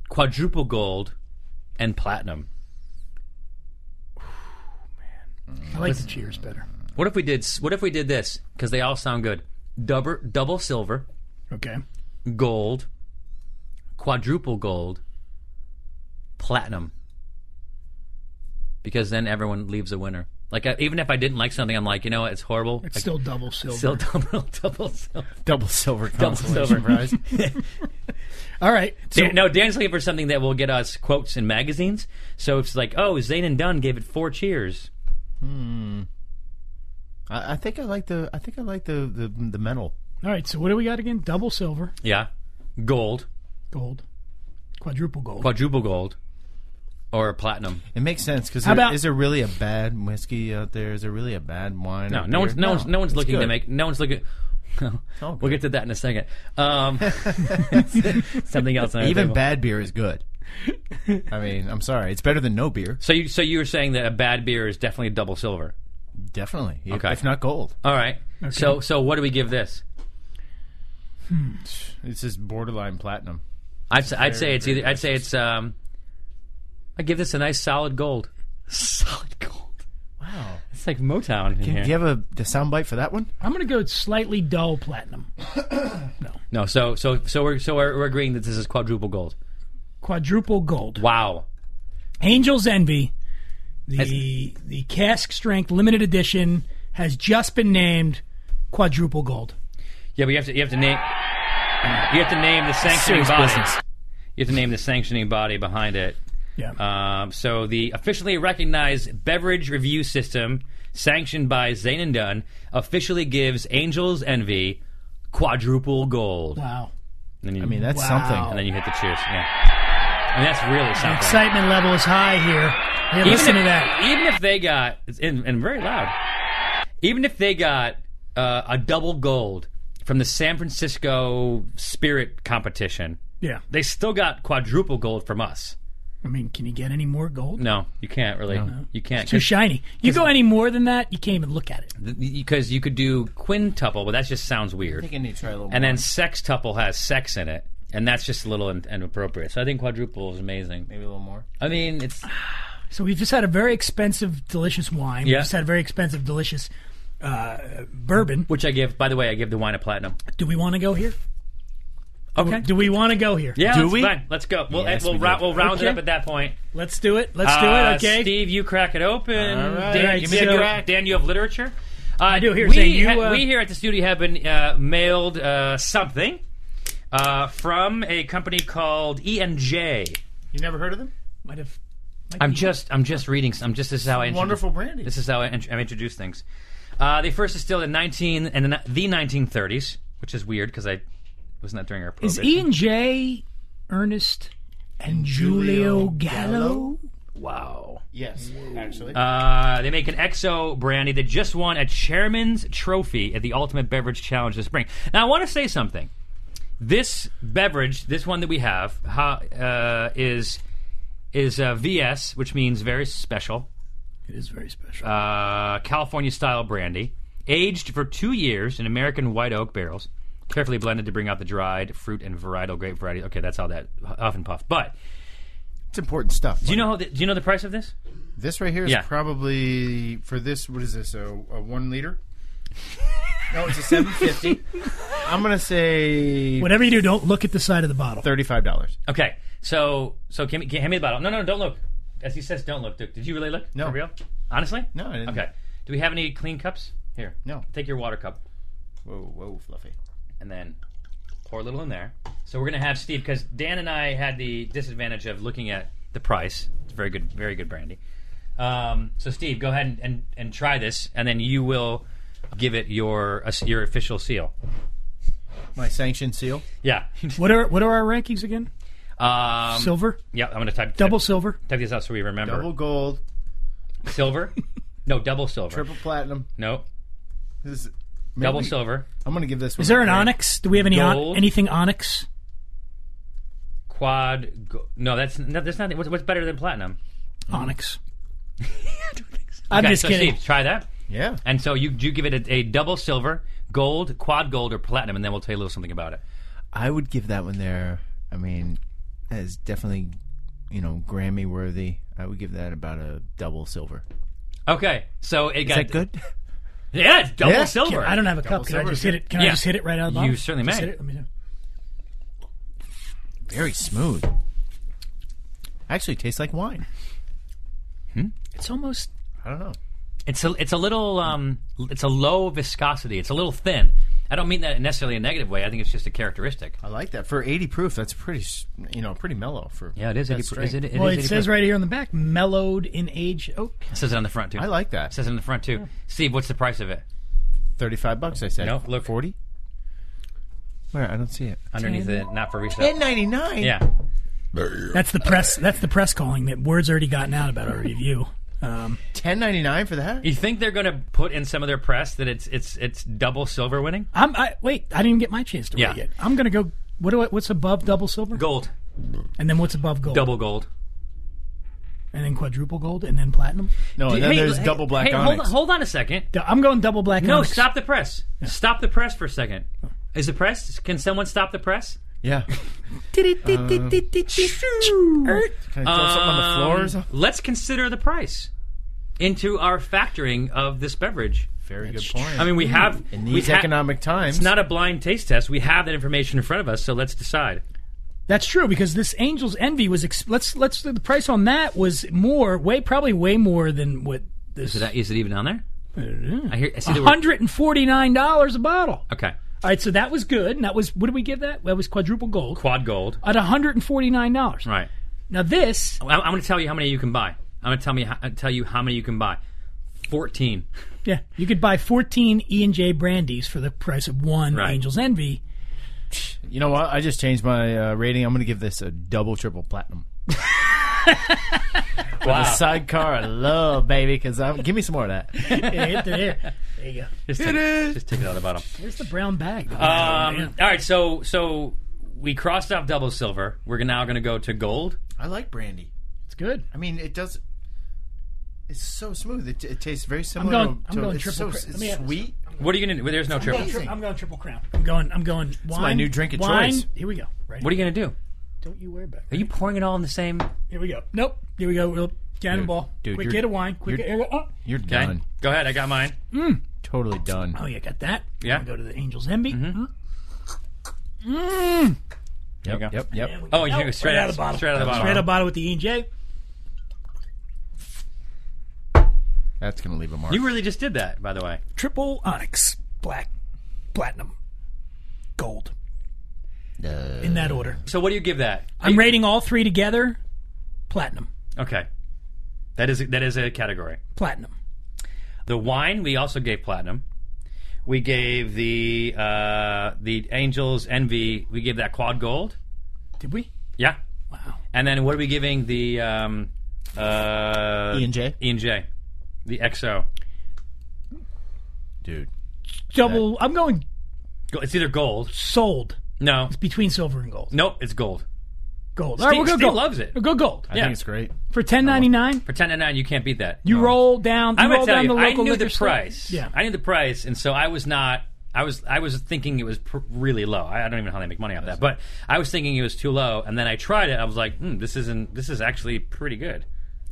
Speaker 3: quadruple gold, and platinum.
Speaker 4: I like the cheers better.
Speaker 3: What if we did s- what if we did this cuz they all sound good. Double double silver,
Speaker 4: Okay.
Speaker 3: gold, quadruple gold, platinum. Because then everyone leaves a winner. Like I, even if I didn't like something, I'm like, you know what? It's horrible.
Speaker 4: It's
Speaker 3: I
Speaker 4: still double silver.
Speaker 3: Still double, double silver.
Speaker 7: Double silver.
Speaker 3: Double silver.
Speaker 7: prize.
Speaker 4: All right. So,
Speaker 3: Dan- no, Dan's looking for something that will get us quotes in magazines. So it's like, oh, Zayn and Dunn gave it four cheers.
Speaker 7: I, I think I like the. I think I like the the, the metal.
Speaker 4: All right. So what do we got again? Double silver,
Speaker 3: Yeah, gold,
Speaker 4: gold, quadruple gold.
Speaker 3: quadruple gold, or platinum.
Speaker 7: It makes sense because
Speaker 4: How about-
Speaker 7: is there really a bad whiskey out there? Is there really a bad wine?
Speaker 3: No,
Speaker 7: or
Speaker 3: no one's
Speaker 7: beer?
Speaker 3: no, one's no one's
Speaker 7: it's
Speaker 3: looking to
Speaker 7: good.
Speaker 3: make. No one's looking.
Speaker 7: Oh,
Speaker 3: we'll get to that in a second. Um, something else. on our
Speaker 7: Even
Speaker 3: table.
Speaker 7: bad beer is good. I mean, I'm sorry. It's better than no beer.
Speaker 3: So you so you were saying that a bad beer is definitely double silver.
Speaker 7: Definitely. If-
Speaker 3: Okay. Uh,
Speaker 7: If not gold.
Speaker 3: All right. So so what do we give this?
Speaker 7: It's just borderline platinum.
Speaker 3: I'd, s- I'd say it's
Speaker 7: very
Speaker 3: either. I'd say it's. Um, I give this a nice solid gold. Solid gold.
Speaker 7: Wow.
Speaker 3: It's like Motown in here.
Speaker 7: Do you have a the soundbite for that one?
Speaker 4: I'm going to go slightly dull platinum,
Speaker 3: No, so so so we're so we're, we're agreeing that this is quadruple gold.
Speaker 4: quadruple gold.
Speaker 3: Wow.
Speaker 4: Angel's Envy, the the cask strength limited edition has just been named quadruple gold.
Speaker 3: Yeah, but you have to you have to name you have to name the sanctioning
Speaker 7: Serious
Speaker 3: body.
Speaker 7: business.
Speaker 3: You have to name the sanctioning body behind it.
Speaker 4: Yeah.
Speaker 3: Um, so the officially recognized beverage review system, sanctioned by Zane and Dunn, officially gives Angels Envy quadruple gold.
Speaker 4: wow.
Speaker 3: And then you,
Speaker 7: I mean, that's
Speaker 4: Wow.
Speaker 3: and
Speaker 7: something.
Speaker 3: then you hit the cheers. Yeah. And that's really
Speaker 4: The
Speaker 3: something.
Speaker 4: excitement level is high here. Hey, listen
Speaker 3: if,
Speaker 4: to that.
Speaker 3: Even if they got it's in- and, very loud, even if they got uh, a double gold from the San Francisco Spirit competition,
Speaker 4: Yeah.
Speaker 3: they still got quadruple gold from us.
Speaker 4: I mean, can you get any more gold?
Speaker 3: No, you can't really. You can't
Speaker 4: Too shiny. You go any more than that, you can't even look at it.
Speaker 3: because you could do quintuple, but that just sounds weird.
Speaker 7: you need to try a little
Speaker 3: And then sextuple has sex in it, and that's just a little in- inappropriate. So I think quadruple is amazing.
Speaker 7: maybe a little more.
Speaker 3: I mean, it's
Speaker 4: So we've just had a very expensive, delicious wine.
Speaker 3: Yeah.
Speaker 4: We've just had a very expensive, delicious uh, bourbon.
Speaker 3: which I give. By the way, I give the wine a platinum.
Speaker 4: Do we want to go here?
Speaker 3: Okay.
Speaker 4: Oh, Do we want to go here?
Speaker 3: Yeah,
Speaker 7: Do
Speaker 3: that's
Speaker 7: we?
Speaker 3: Fine. Let's go. We'll
Speaker 7: Yes,
Speaker 3: we'll,
Speaker 7: we do.
Speaker 3: round, we'll round it
Speaker 4: Okay.
Speaker 3: up at that point.
Speaker 4: Let's do it. Let's
Speaker 3: Uh,
Speaker 4: do it. Okay.
Speaker 3: Steve, you crack it open.
Speaker 7: All right.
Speaker 3: Dan,
Speaker 4: All right,
Speaker 3: give me
Speaker 4: so-
Speaker 3: a crack. Dan, you have literature. Uh, I
Speaker 4: do. Here,
Speaker 3: we,
Speaker 4: Zane, you, uh,
Speaker 3: we here at the studio have been uh, mailed uh, something uh, from a company called E ENJ.
Speaker 5: You never heard of them?
Speaker 4: Might have. might
Speaker 3: I'm
Speaker 4: be-
Speaker 3: just I'm just reading. I'm just this is how I introduce-
Speaker 5: Wonderful brandy.
Speaker 3: This is how I, int- I introduce things. Uh, they first distilled in 19 and the, the 1930s, which is weird because I wasn't that during our
Speaker 4: Is
Speaker 3: prohibition.
Speaker 4: E and J, Ernest, and Julio Gallo?
Speaker 3: wow.
Speaker 5: Yes, actually.
Speaker 3: Uh, they make an XO brandy that just won a chairman's trophy at the Ultimate Beverage Challenge this spring. Now, I want to say something. This beverage, this one that we have, ha- uh, is is uh, VS, which means very special,
Speaker 4: It is very special.
Speaker 3: uh, California style brandy, aged for two years in American white oak barrels, carefully blended to bring out the dried fruit and varietal grape variety. Okay, that's how that huff and puff. But
Speaker 7: It's important stuff.
Speaker 3: do you know how the, do you know the price of this?
Speaker 7: this right here is
Speaker 3: Yeah.
Speaker 7: probably for this. What is this? A, a one liter? no, it's a seven fifty. I'm gonna say
Speaker 4: Whatever you do, don't look at the side of the bottle.
Speaker 7: thirty-five dollars.
Speaker 3: Okay, so so can, can hand me the bottle. No, no, no, don't look. As he says, don't look, Duke. Did you really look?
Speaker 7: No.
Speaker 3: for real. Honestly?
Speaker 7: No, I didn't.
Speaker 3: Okay. Do we have any clean cups here?
Speaker 7: No.
Speaker 3: Take your water cup
Speaker 7: Whoa, whoa, fluffy.
Speaker 3: and then pour a little in there. So we're gonna have Steve because Dan and I had the disadvantage of looking at the price. It's very good, very good brandy. Um, so Steve, go ahead and, and, and try this, and then you will give it your uh, your official seal.
Speaker 7: My sanction seal.
Speaker 3: Yeah.
Speaker 4: What are what are our rankings again?
Speaker 3: um,
Speaker 4: Silver,
Speaker 3: Yeah, I'm gonna type
Speaker 4: double
Speaker 3: Type,
Speaker 4: silver.
Speaker 3: type these out so we remember.
Speaker 7: Double gold,
Speaker 3: silver. No, double silver.
Speaker 7: triple platinum.
Speaker 3: No,
Speaker 7: This is,
Speaker 3: double
Speaker 7: maybe-
Speaker 3: silver.
Speaker 7: I'm gonna give this.
Speaker 4: Is there an onyx? Do we have any on,
Speaker 3: Gold.
Speaker 4: anything onyx?
Speaker 3: Quad. Go- no, that's no, that's not. What's, what's better than platinum?
Speaker 4: Onyx. I'm
Speaker 3: Okay,
Speaker 4: just
Speaker 3: so
Speaker 4: kidding.
Speaker 3: Steve, try that.
Speaker 7: Yeah.
Speaker 3: And so you you give it a, a double silver, gold, quad gold, or platinum, and then we'll tell you a little something about it.
Speaker 7: I would give that one there. I mean, that is definitely, you know, Grammy worthy. I would give that about a double silver.
Speaker 3: Okay, so it
Speaker 7: Is
Speaker 3: got
Speaker 7: that good?
Speaker 3: Yeah, it's double
Speaker 7: Yeah.
Speaker 3: silver.
Speaker 4: I don't have a cup. Can I
Speaker 7: silver
Speaker 4: just
Speaker 7: is
Speaker 4: hit it? Can I
Speaker 3: Yeah.
Speaker 4: just hit it right out of the
Speaker 3: You
Speaker 4: bottle?
Speaker 3: certainly
Speaker 4: Just
Speaker 3: may.
Speaker 4: hit it? Let me know.
Speaker 7: Very smooth. Actually, tastes like wine.
Speaker 4: It's almost
Speaker 7: I don't know.
Speaker 3: It's a it's a little um it's a low viscosity. It's a little thin. I don't mean that necessarily in a negative way. I think it's just a characteristic.
Speaker 7: I like that for 80 proof. That's pretty, s- you know, pretty mellow for.
Speaker 3: Yeah, it is.
Speaker 7: that
Speaker 3: 80,
Speaker 7: strength.
Speaker 3: is it, it
Speaker 4: well.
Speaker 3: is
Speaker 4: It
Speaker 3: 80
Speaker 4: says right here on the back, mellowed in age Oh, oak.
Speaker 3: It says it on the front too.
Speaker 7: I like
Speaker 3: It
Speaker 7: that.
Speaker 3: says it on the front too. Steve, what's the price of it?
Speaker 7: 35 bucks. I said.
Speaker 3: No, look.
Speaker 7: 40. Where I don't see it.
Speaker 3: Underneath the not for resale.
Speaker 7: 10.99.
Speaker 3: Yeah.
Speaker 4: That's the press. That's the press calling that word's already gotten out about our review. Um,
Speaker 7: 10.99 for that.
Speaker 3: You think they're going to put in some of their press that it's it's it's double silver winning?
Speaker 4: I'm I, wait. I didn't even get my chance to read
Speaker 3: Yeah.
Speaker 4: it. I'm gonna go. What do I, what's above double silver?
Speaker 3: Gold,
Speaker 4: And then what's above gold?
Speaker 3: double gold.
Speaker 4: And then quadruple gold, and then platinum.
Speaker 7: No, and then
Speaker 3: Hey,
Speaker 7: there's
Speaker 3: hey,
Speaker 7: double black
Speaker 3: hey,
Speaker 7: onyx.
Speaker 3: Hold on, hold on a second.
Speaker 4: D- I'm going double black.
Speaker 3: No,
Speaker 4: onyx.
Speaker 3: stop the press. Stop the press for a second. Is the press? Can someone stop the press?
Speaker 7: Yeah. Can I throw something on the floor or something?
Speaker 3: Um, Let's consider the price into our factoring of this beverage.
Speaker 7: Very good point.
Speaker 3: I mean, we have
Speaker 7: in
Speaker 3: we
Speaker 7: these
Speaker 3: ha-
Speaker 7: economic times,
Speaker 3: It's not a blind taste test. We have that information in front of us, so let's decide.
Speaker 4: That's true because this Angel's Envy was. Ex- let's let's the price on that was more, way probably way more than what this.
Speaker 3: Is it, is it even on there? I hear. I see the word.
Speaker 4: Hundred and forty nine dollars a bottle.
Speaker 3: Okay,
Speaker 4: All right, so that was good, and that was what did we give that? That was quadruple gold
Speaker 3: quad gold.
Speaker 4: at one hundred and forty nine dollars.
Speaker 3: Right.
Speaker 4: Now this
Speaker 3: I'm, I'm going to tell you how many you can buy. I'm going to tell me how, tell you how many you can buy. Fourteen.
Speaker 4: Yeah, you could buy 14 E and J brandies for the price of one
Speaker 3: Right.
Speaker 4: Angel's Envy.
Speaker 7: you know what? I just changed my uh, rating. I'm going to give this a double, triple platinum.
Speaker 3: Wow.
Speaker 7: The sidecar, I love, baby. Because give me some more of that.
Speaker 4: yeah, hit the- there. There you go.
Speaker 3: Just take,
Speaker 7: is.
Speaker 3: Just take it out of the bottom.
Speaker 4: Here's the brown bag.
Speaker 3: Um, all right. So so we crossed off double silver. We're now going to go to gold.
Speaker 7: I like brandy.
Speaker 4: it's good.
Speaker 7: I mean, it does. It's so smooth. It, it tastes very
Speaker 4: I'm
Speaker 7: similar.
Speaker 4: going.
Speaker 7: to,
Speaker 4: I'm going
Speaker 7: it's
Speaker 4: triple.
Speaker 7: So,
Speaker 4: cra-
Speaker 7: it's
Speaker 4: let me have-
Speaker 7: sweet.
Speaker 3: What are you going to do? There's no triple.
Speaker 4: tri- I'm going triple crown. I'm going. I'm going. Wine,
Speaker 7: my new drink of
Speaker 4: wine.
Speaker 7: choice.
Speaker 4: Here we go. Right.
Speaker 3: What are you going to do?
Speaker 4: Don't you worry about
Speaker 3: Are
Speaker 4: it.
Speaker 3: you pouring it all in the same?
Speaker 4: Here we go. Nope. Here we go. Real cannonball.
Speaker 7: Dude,
Speaker 4: Quick
Speaker 7: you're-
Speaker 4: get a wine. Quick.
Speaker 7: you're-
Speaker 4: Get, oh.
Speaker 7: You're
Speaker 3: Okay.
Speaker 7: done.
Speaker 3: Go ahead. I got mine.
Speaker 7: Totally done.
Speaker 4: oh, yeah. Got that.
Speaker 3: Yeah.
Speaker 4: I'm gonna go to the Angel's Envy. Mm.
Speaker 3: There you go.
Speaker 7: Yep. Yep.
Speaker 4: And we
Speaker 3: Oh, you
Speaker 4: go
Speaker 3: go straight
Speaker 4: right
Speaker 3: out
Speaker 4: of the bottle.
Speaker 3: Straight out of the
Speaker 4: Straight
Speaker 3: bottom.
Speaker 4: out of the bottle with the E and J.
Speaker 7: That's gonna leave a mark.
Speaker 3: You really just did that, by the way.
Speaker 4: Triple onyx, black, platinum, gold. in that order.
Speaker 3: So what do you give that?
Speaker 4: I'm rating all three together platinum.
Speaker 3: Okay. That is that is a category.
Speaker 4: Platinum.
Speaker 3: The wine we also gave platinum. We gave the uh, the Angels Envy. We gave that quad gold.
Speaker 4: Did we?
Speaker 3: Yeah.
Speaker 4: Wow.
Speaker 3: And then what are we giving the um, uh,
Speaker 7: E and J?
Speaker 3: E and J, the XO.
Speaker 7: dude.
Speaker 4: Double. I'm going
Speaker 3: Go- It's either gold.
Speaker 4: sold
Speaker 3: No.
Speaker 4: between silver and gold.
Speaker 3: Nope. It's gold.
Speaker 4: Gold. All right, we'll go
Speaker 3: Steve
Speaker 4: gold.
Speaker 3: loves it.
Speaker 4: We'll go gold
Speaker 7: I
Speaker 3: Yeah.
Speaker 7: think it's great.
Speaker 4: for ten ninety nine.
Speaker 3: For ten to nine, you can't beat that.
Speaker 4: You roll down. You
Speaker 3: I'm
Speaker 4: roll
Speaker 3: gonna tell
Speaker 4: down
Speaker 3: you,
Speaker 4: the
Speaker 3: I
Speaker 4: local
Speaker 3: knew
Speaker 4: liquor
Speaker 3: the
Speaker 4: store.
Speaker 3: price.
Speaker 4: Yeah.
Speaker 3: I knew the price, and so I was not. I was I was thinking it was pr- really low. I, I don't even know how they make money off that, but I was thinking it was too low, and then I tried it. I was like, hmm, this isn't. This is actually pretty good.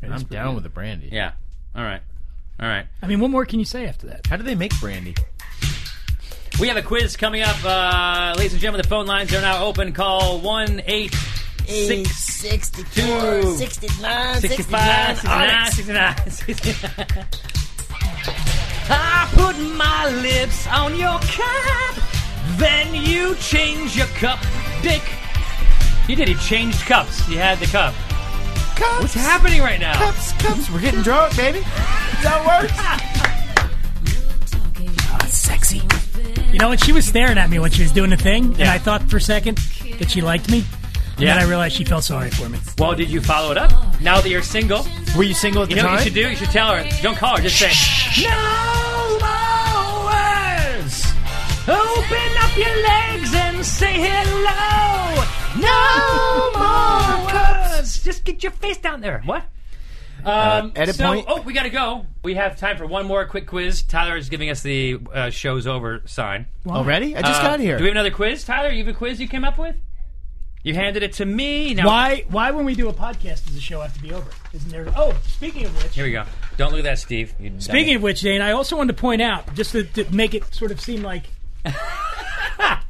Speaker 7: I'm down with the brandy.
Speaker 3: Yeah. All right. All right.
Speaker 4: I mean, what more can you say after that?
Speaker 7: How do they make brandy?
Speaker 3: We have a quiz coming up, uh, ladies and gentlemen. The phone lines are now open. Call one eight six
Speaker 10: 62, 69,
Speaker 3: 65, 69, 69, 69. I put my lips on your cup, then you change your cup, Dick. He did. He changed cups. He had the cup.
Speaker 7: Cups.
Speaker 3: What's happening right now?
Speaker 7: Cups, cups. We're getting drunk, baby. That works.
Speaker 4: Sexy. You know what? She was staring at me when she was doing the thing, and I thought for a second that she liked me. And
Speaker 3: Yeah.
Speaker 4: then I realized she felt sorry for me.
Speaker 3: Well, did you follow it up? Now that you're single,
Speaker 7: Were you single at the
Speaker 3: you know what
Speaker 7: time?
Speaker 3: you should do? You should tell her. Don't call her. Just say, No more words. Open up your legs and say hello. No more words. Just get your face down there. What? Um,
Speaker 7: edit
Speaker 3: so,
Speaker 7: point?
Speaker 3: oh, we gotta go. We have time for one more quick quiz. Tyler is giving us the uh, show's over sign.
Speaker 7: Already? Oh, I just
Speaker 3: Uh,
Speaker 7: got here.
Speaker 3: Do we have another quiz, Tyler? You have a quiz you came up with? You handed it to me. Now,
Speaker 4: Why? Why when we do a podcast does the show have to be over? Isn't there? Oh, speaking of which,
Speaker 3: Here we go. Don't look at that, Steve. You
Speaker 4: Speaking of which, Dane, I also wanted to point out, just to, to make it sort of seem like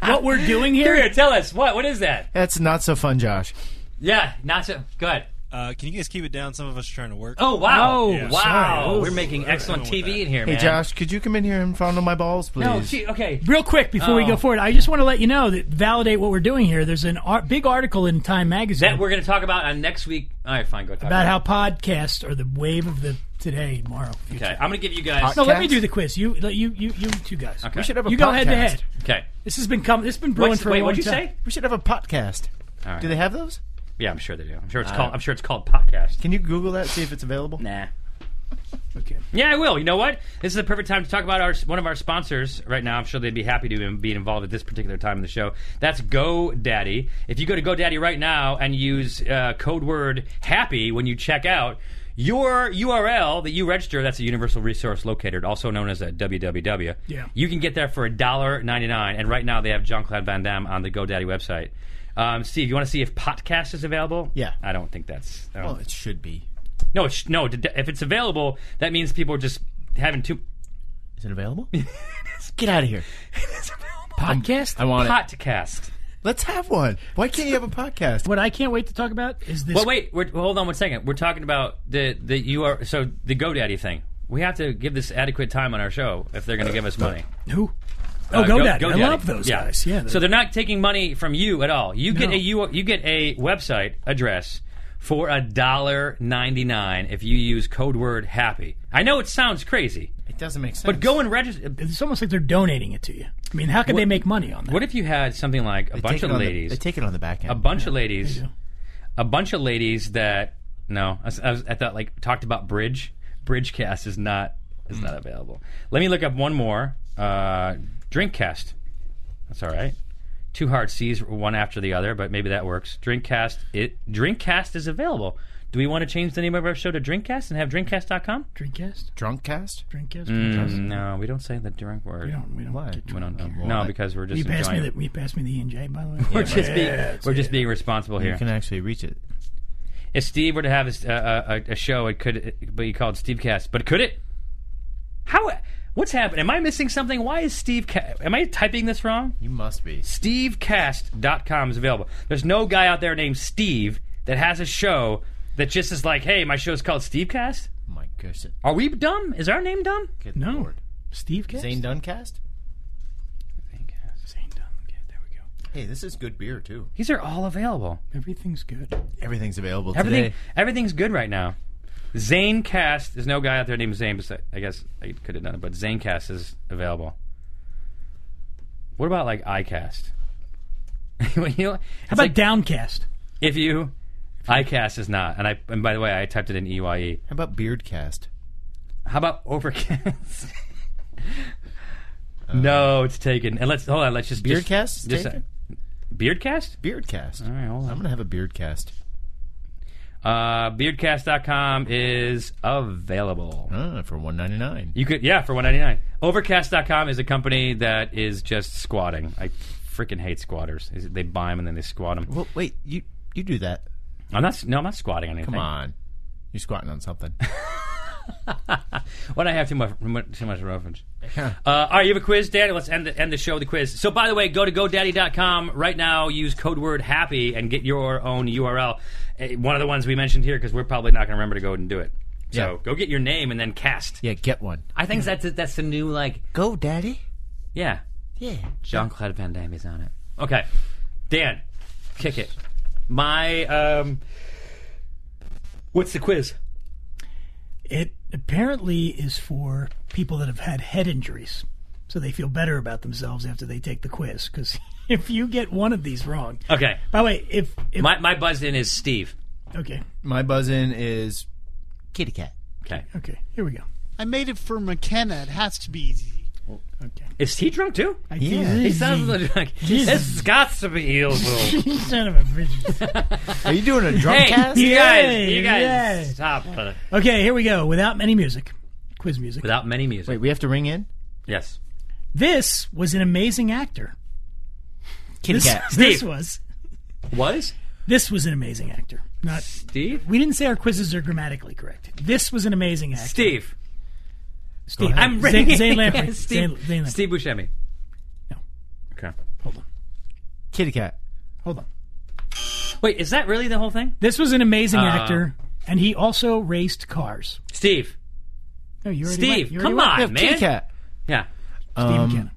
Speaker 4: what we're doing
Speaker 3: dummy. here,
Speaker 4: here.
Speaker 3: tell us what. What is that?
Speaker 7: That's not so fun, Josh.
Speaker 3: Yeah, not so. Go ahead.
Speaker 2: Uh, can you guys keep it down? Some of us are trying to work.
Speaker 3: Oh wow!
Speaker 4: Oh,
Speaker 2: Yeah.
Speaker 3: Wow!
Speaker 4: sorry.
Speaker 3: We're making excellent
Speaker 2: Going with
Speaker 3: TV
Speaker 2: that.
Speaker 3: in here,
Speaker 7: Hey,
Speaker 3: man.
Speaker 7: Josh, could you come in here and fondle my balls, please?
Speaker 3: No, she, okay.
Speaker 4: Real quick before we
Speaker 3: Oh.
Speaker 4: go forward, I just want to let you know that validate what we're doing here. There's an ar- big article in Time Magazine
Speaker 3: That we're going to talk about on next week. All right, fine. Go talk
Speaker 4: about how
Speaker 3: about,
Speaker 4: podcasts are the wave of the today, tomorrow.
Speaker 3: it. Okay, I'm going to give you guys.
Speaker 4: No, let me
Speaker 7: Podcasts?
Speaker 4: do the quiz. You, let- you, you, you two guys.
Speaker 3: Okay.
Speaker 7: We should have a
Speaker 4: You
Speaker 7: podcast.
Speaker 4: go head to head.
Speaker 3: Okay.
Speaker 4: This has been coming. This has been brewing
Speaker 3: What's,
Speaker 4: for
Speaker 3: wait,
Speaker 4: a long
Speaker 3: what'd you
Speaker 4: time.
Speaker 3: say?
Speaker 7: We should have a podcast.
Speaker 3: All right.
Speaker 7: Do they have those?
Speaker 3: Yeah, I'm sure they do. I'm sure it's called. I'm sure it's called podcast.
Speaker 7: Can you Google that, see if it's available?
Speaker 3: Nah. Okay. Yeah, I will. You know what? This is the perfect time to talk about our one of our sponsors right now. I'm sure they'd be happy to be involved at this particular time in the show. That's GoDaddy. If you go to GoDaddy right now and use uh, code word happy when you check out, your URL that you register, that's a universal resource locator, also known as a www.
Speaker 4: Yeah.
Speaker 3: You can get there for $1.99, and right now they have Jean-Claude Van Damme on the GoDaddy website. Um, Steve, you want to see if podcast is available?
Speaker 7: Yeah.
Speaker 3: I don't think that's... I don't
Speaker 7: Oh, it should be.
Speaker 3: no, it's, no. d- If it's available, that means people are just having too
Speaker 7: Is it available? Get out of here.
Speaker 4: Podcast.
Speaker 7: I want it.
Speaker 3: podcast.
Speaker 7: Let's have one. Why can't you have a podcast?
Speaker 4: what I can't wait to talk about is this.
Speaker 3: Well, wait. We're, hold on one second. We're talking about the the you are so the GoDaddy thing. We have to give this adequate time on our show if they're going to give us money.
Speaker 4: Who? Uh, Oh,
Speaker 3: Uh, Go-
Speaker 4: GoDaddy.
Speaker 3: GoDaddy.
Speaker 4: I love those guys. Yeah.
Speaker 3: So they're not taking money from you at all. You get
Speaker 4: No.
Speaker 3: a you you get a website address for a dollar ninety nine if you use code word happy. I know it sounds crazy,
Speaker 7: It doesn't make sense.
Speaker 3: but go and register.
Speaker 4: it's almost like they're donating it to you. I mean, how could they make money on that?
Speaker 3: What if you had something like a
Speaker 7: They
Speaker 3: bunch
Speaker 7: take it
Speaker 3: of
Speaker 7: on the-
Speaker 3: ladies?
Speaker 7: they take it on the back end.
Speaker 3: a bunch of ladies, a bunch of ladies that no, I, was- I, was- I thought like talked about bridge. Bridgecast is not is
Speaker 4: Mm.
Speaker 3: not available. Let me look up one more. Uh, Drinkcast. That's all right. Two hard C's, one after the other, but maybe that works. Drinkcast. It Drinkcast is available. Do we want to change the name of our show to Drinkcast and have Drinkcast.com?
Speaker 4: Drinkcast?
Speaker 7: Drunkcast?
Speaker 4: Drinkcast?
Speaker 3: Mm, No, we don't say the drink word. We
Speaker 4: don't- we don't
Speaker 7: Why?
Speaker 3: We don't. no, because we're just
Speaker 4: You pass me
Speaker 3: enjoying.
Speaker 4: the you pass me the NJ by the way.
Speaker 3: we're just being we're just being responsible here.
Speaker 7: You can actually reach it.
Speaker 3: If Steve were to have a, a, a- a show, it could be called Stevecast. But could it? How? What's happening? Am I missing something? Why is Steve? Ca- Am I typing this wrong?
Speaker 7: You must be.
Speaker 3: Stevecast.com is available. There's no guy out there named Steve that has a show that just is like, hey, my show's called Stevecast.
Speaker 7: Oh my gosh.
Speaker 3: Are we dumb? Is our name dumb?
Speaker 7: Good
Speaker 4: No.
Speaker 7: Lord.
Speaker 4: Steve Cast?
Speaker 7: Zane Duncast?
Speaker 4: Zane Dunn. Okay, there we go.
Speaker 7: Hey, this is good beer, too.
Speaker 3: These are all available.
Speaker 4: Everything's good.
Speaker 7: Everything's available
Speaker 3: Everything,
Speaker 7: today.
Speaker 3: everything's good right now. Zanecast. There's no guy out there named Zane. Besides, I guess I could have done it, but Zanecast is available. What about like iCast? When you- it's
Speaker 4: How about
Speaker 3: like
Speaker 4: Downcast?
Speaker 3: if you iCast is not, and I and by the way, I typed it in EYE.
Speaker 7: How about Beardcast?
Speaker 3: How about Overcast? no, it's taken. And let's hold on. Let's just just-
Speaker 7: Beardcast is
Speaker 3: Just,
Speaker 7: taken?
Speaker 3: Beardcast.
Speaker 7: Beardcast.
Speaker 3: All right, hold
Speaker 7: I'm
Speaker 3: on.
Speaker 7: going to have a Beardcast.
Speaker 3: Uh, beardcast.com is available
Speaker 7: Ah, for one ninety nine.
Speaker 3: You could yeah for 199. Overcast.com is a company that is just squatting. I freaking hate squatters. Is- They buy them and then they squat them.
Speaker 7: Well, wait, you you do that?
Speaker 3: I'm not no I'm not squatting on anything.
Speaker 7: Come on, you're squatting on something.
Speaker 3: When I have too much too much reference. Uh, all right, you have a quiz, Danny. Let's end the, end the show with a quiz. So, by the way, go to GoDaddy.com right now. Use code word happy and get your own URL. Eh, One of the ones we mentioned here because we're probably not going to remember to go and do it. So,
Speaker 7: Yeah.
Speaker 3: go get your name and then cast.
Speaker 7: yeah, get one.
Speaker 3: I think that's that's the new like
Speaker 7: Go, daddy.
Speaker 3: yeah.
Speaker 10: Yeah.
Speaker 3: Jean Claude Van Damme is on it. Okay, Dan, kick it. My um, what's the quiz?
Speaker 4: It apparently is for people that have had head injuries, so they feel better about themselves after they take the quiz. Because if you get one of these wrong,
Speaker 3: Okay,
Speaker 4: by the way, if, if
Speaker 3: my my buzz in is Steve.
Speaker 4: okay,
Speaker 7: My buzz in is kitty cat.
Speaker 3: Okay,
Speaker 4: okay, here we go.
Speaker 9: I made it for McKenna. It has to be easy.
Speaker 4: Okay,
Speaker 3: is he drunk too?
Speaker 4: I
Speaker 7: Yeah.
Speaker 4: did-
Speaker 3: He sounds like it's got to be evil.
Speaker 4: son of a bitch.
Speaker 7: Are you doing a drunk
Speaker 3: hey,
Speaker 7: cast?
Speaker 3: you guys,
Speaker 4: Yay,
Speaker 3: you guys,
Speaker 4: yay.
Speaker 3: stop. uh,
Speaker 4: Okay, here we go. Without many music, quiz music.
Speaker 3: Without many music,
Speaker 7: Wait, we have to ring in
Speaker 3: yes.
Speaker 4: this was an amazing actor.
Speaker 7: kitty
Speaker 4: This,
Speaker 7: cat.
Speaker 4: this
Speaker 3: Steve.
Speaker 4: was
Speaker 3: Was
Speaker 4: this was an amazing actor. Not
Speaker 3: Steve?
Speaker 4: we didn't say our quizzes are grammatically correct. This was an amazing actor.
Speaker 3: Steve,
Speaker 4: Steve.
Speaker 3: I'm
Speaker 4: Zane-
Speaker 3: ringing.
Speaker 4: Zane Lamprey.
Speaker 3: Steve,
Speaker 4: Zane, Zane Lamprey.
Speaker 3: Steve Buscemi.
Speaker 4: No.
Speaker 3: Okay.
Speaker 4: Hold on.
Speaker 7: kitty cat.
Speaker 4: Hold on.
Speaker 3: Wait, is that really the whole thing?
Speaker 4: This was an amazing
Speaker 3: Uh,
Speaker 4: actor, and he also raced cars.
Speaker 3: Steve,
Speaker 4: No, you already
Speaker 3: Steve,
Speaker 4: went. You already
Speaker 3: come
Speaker 4: went.
Speaker 3: on,
Speaker 7: Yeah,
Speaker 3: man.
Speaker 7: kitty cat.
Speaker 3: Yeah.
Speaker 4: Steve
Speaker 7: Um,
Speaker 4: McKenna.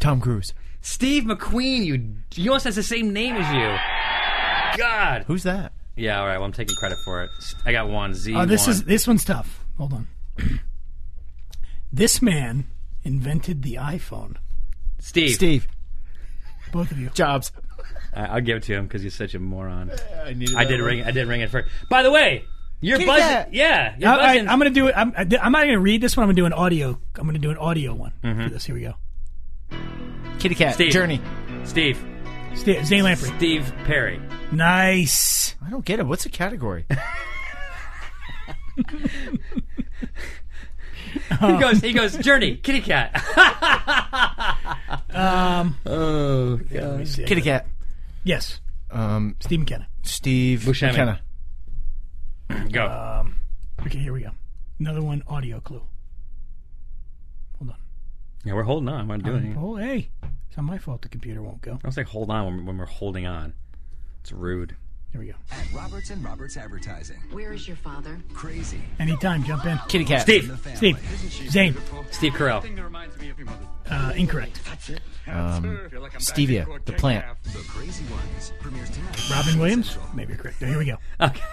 Speaker 7: Tom Cruise.
Speaker 3: Steve McQueen, you you almost has the same name as you. God.
Speaker 7: Who's that?
Speaker 3: Yeah, all right. Well, I'm taking credit for it. I got one Z.
Speaker 4: Oh, this
Speaker 3: one.
Speaker 4: is this one's tough. Hold on. this man invented the iPhone.
Speaker 3: Steve.
Speaker 7: Steve
Speaker 4: Both of you.
Speaker 7: Jobs.
Speaker 3: I, I'll give it to him because he's such a moron.
Speaker 7: I, needed
Speaker 3: I did ring. I did ring it first. By the way, you're
Speaker 7: Kitty
Speaker 3: buzzing.
Speaker 7: cat.
Speaker 3: Yeah, you're
Speaker 4: All right,
Speaker 3: buzzing.
Speaker 4: I'm going to do it. I'm, I- I'm not going to read this one. I'm going to do an audio. I'm going to do an audio one
Speaker 3: Mm-hmm.
Speaker 4: for this. Here we go.
Speaker 7: Kitty cat.
Speaker 3: Steve.
Speaker 7: Journey.
Speaker 3: Steve.
Speaker 4: Steve, Zane Lamprey.
Speaker 3: Steve Perry.
Speaker 4: Nice.
Speaker 7: I don't get it. What's the category?
Speaker 3: He goes. He goes. Journey. Kitty cat.
Speaker 7: oh,
Speaker 4: Let me see.
Speaker 7: kitty cat.
Speaker 4: Yes.
Speaker 7: Um,
Speaker 4: Steve McKenna.
Speaker 7: Steve
Speaker 3: Buscemi.
Speaker 7: McKenna.
Speaker 3: Go.
Speaker 4: Okay, here we go. Another one audio clue. Hold on.
Speaker 3: yeah, we're holding on. We're not doing. it.
Speaker 4: Oh, hey. It's not my fault the computer won't go.
Speaker 3: Don't say hold on when, when we're holding on. It's rude.
Speaker 4: Here we go.
Speaker 2: Roberts and Roberts Advertising.
Speaker 8: Where is your father?
Speaker 2: Crazy.
Speaker 4: Anytime, jump in.
Speaker 7: Kitty cat.
Speaker 3: Steve.
Speaker 4: Steve. Zane.
Speaker 3: Steve Carell.
Speaker 2: That reminds me of your mother.
Speaker 4: Uh, incorrect.
Speaker 7: Um, Stevia. The plant.
Speaker 2: The Crazy Ones premieres tonight.
Speaker 4: Robin Williams? Maybe you're correct. Here we go.
Speaker 3: Okay.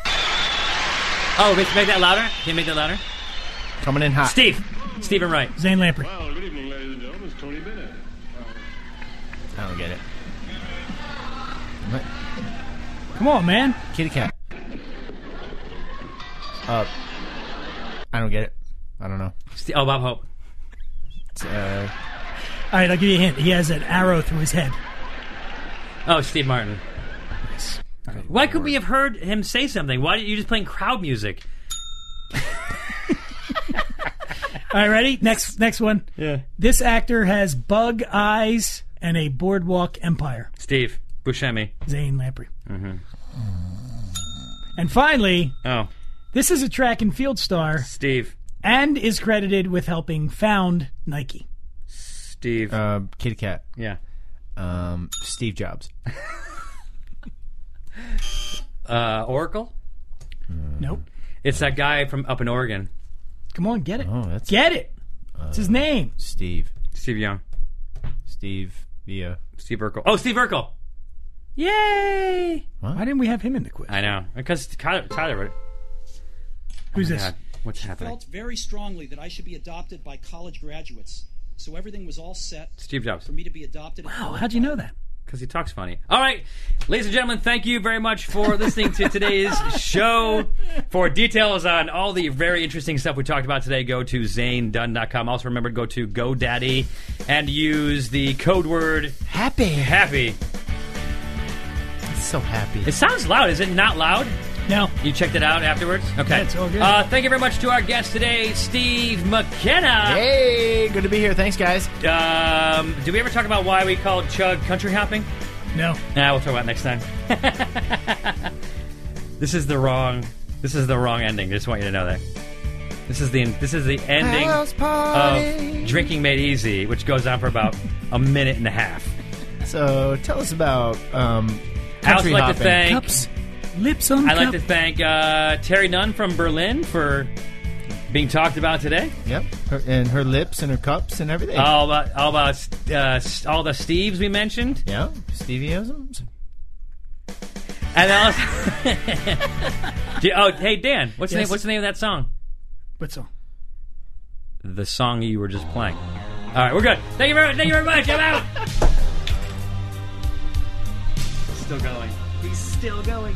Speaker 3: Oh, make make that louder. Can you make that louder?
Speaker 7: Coming in hot.
Speaker 3: Steve. Stephen Wright.
Speaker 4: Zane Lamprey.
Speaker 6: Well, good evening, ladies and gentlemen. It's Tony Bennett.
Speaker 7: I don't get it. What?
Speaker 4: Come on, man.
Speaker 7: Kitty cat. Uh, I don't get it. I don't know.
Speaker 3: Ste- oh, Bob Hope.
Speaker 7: It's, uh,
Speaker 4: All right, I'll give you a hint. He has an arrow through his head.
Speaker 3: Oh, Steve Martin. Why could we have heard him say something? Why are you just playing crowd music?
Speaker 4: All right, ready? Next next one.
Speaker 3: Yeah.
Speaker 4: This actor has bug eyes and a boardwalk empire.
Speaker 3: Steve Buscemi.
Speaker 4: Zane Lamprey.
Speaker 3: Mm-hmm.
Speaker 4: And finally,
Speaker 3: Oh,
Speaker 4: this is a track and field star
Speaker 3: Steve.
Speaker 4: and is credited with helping found Nike.
Speaker 3: Steve.
Speaker 7: uh, kitty cat.
Speaker 3: yeah.
Speaker 7: Um, Steve Jobs.
Speaker 3: Uh, Oracle. Mm-hmm.
Speaker 4: Nope.
Speaker 3: It's that guy from up in Oregon.
Speaker 4: Come on, get it.
Speaker 7: Oh, that's Uh,
Speaker 4: Get it. It's his name.
Speaker 7: Steve.
Speaker 3: Steve Young.
Speaker 7: Steve Via.
Speaker 3: Steve Urkel. Oh, Steve Urkel. Yay!
Speaker 4: Why didn't we have him in the quiz?
Speaker 3: I know because Tyler, Tyler wrote it.
Speaker 4: Who's this?
Speaker 3: God, what's happening?
Speaker 11: felt very strongly that I should be adopted by college graduates. So everything was all set
Speaker 3: Steve Jobs.
Speaker 11: for me to be adopted.
Speaker 4: Oh, how'd you know that?
Speaker 3: because he talks funny. All right, ladies and gentlemen, thank you very much for listening to today's show. For details on all the very interesting stuff we talked about today, go to zanedunn.com. Also, remember to go to GoDaddy and use the code word
Speaker 7: Happy.
Speaker 3: happy.
Speaker 7: So happy.
Speaker 3: It sounds loud. Is it not loud?
Speaker 12: No.
Speaker 3: You checked it out afterwards? Okay.
Speaker 12: it's all good.
Speaker 3: Uh, thank you very much to our guest today, Steve McKenna.
Speaker 7: Hey, good to be here. Thanks, guys.
Speaker 3: Um, did we ever talk about why we called Chug country hopping?
Speaker 12: No.
Speaker 3: Nah, we'll talk about it next time. this is the wrong. This is the wrong ending. Just want you to know that. This is the this is the ending
Speaker 7: House party.
Speaker 3: of Drinking Made Easy, which goes on for about a minute and a half.
Speaker 7: So tell us about um,
Speaker 3: I also
Speaker 7: country
Speaker 3: like to
Speaker 7: hopping.
Speaker 3: thank
Speaker 12: Lips on
Speaker 3: I'd like to thank uh, Terry Nunn from Berlin for being talked about today.
Speaker 7: Yep, her, and her lips and her cups and everything.
Speaker 3: All about all about uh, all the Steves we mentioned.
Speaker 7: yeah, Stevieisms.
Speaker 3: And also, Do- oh, hey Dan, what's the
Speaker 12: Yes.
Speaker 3: name, what's the name of that song?
Speaker 12: What song?
Speaker 3: The song you were just playing. All right, we're good. Thank you very, thank you very much. I'm out. Still going.
Speaker 13: He's still going.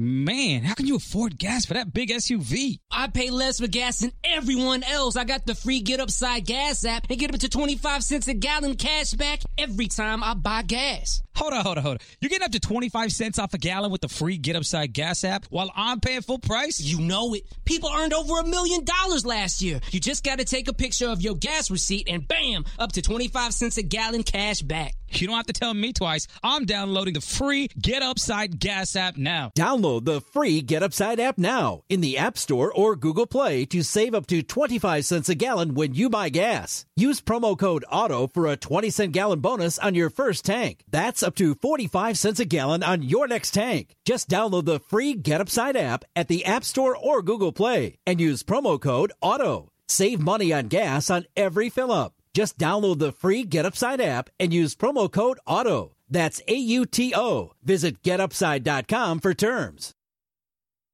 Speaker 14: Man, how can you afford gas for that big SUV?
Speaker 4: I pay less for gas than everyone else. I got the free Get Upside Gas app and get up to 25 cents a gallon cash back every time I buy gas.
Speaker 14: Hold on, hold on, hold on. You're getting up to 25 cents off a gallon with the free Get Upside Gas app while I'm paying full price?
Speaker 4: You know it. People earned over a million dollars last year. You just got to take a picture of your gas receipt and bam, up to 25 cents a gallon cash back.
Speaker 14: You don't have to tell me twice. I'm downloading the free Get Upside Gas app now.
Speaker 15: Download the free Get Upside app now in the App Store or Google Play to save up to 25 cents a gallon when you buy gas. Use promo code AUTO for a 20 cent gallon bonus on your first tank. That's up to 45 cents a gallon on your next tank. Just download the free Get Upside app at the App Store or Google Play and use promo code AUTO. Save money on gas on every fill up. Just download the free Get Upside app and use promo code AUTO. That's A U T O. Visit getupside.com for terms.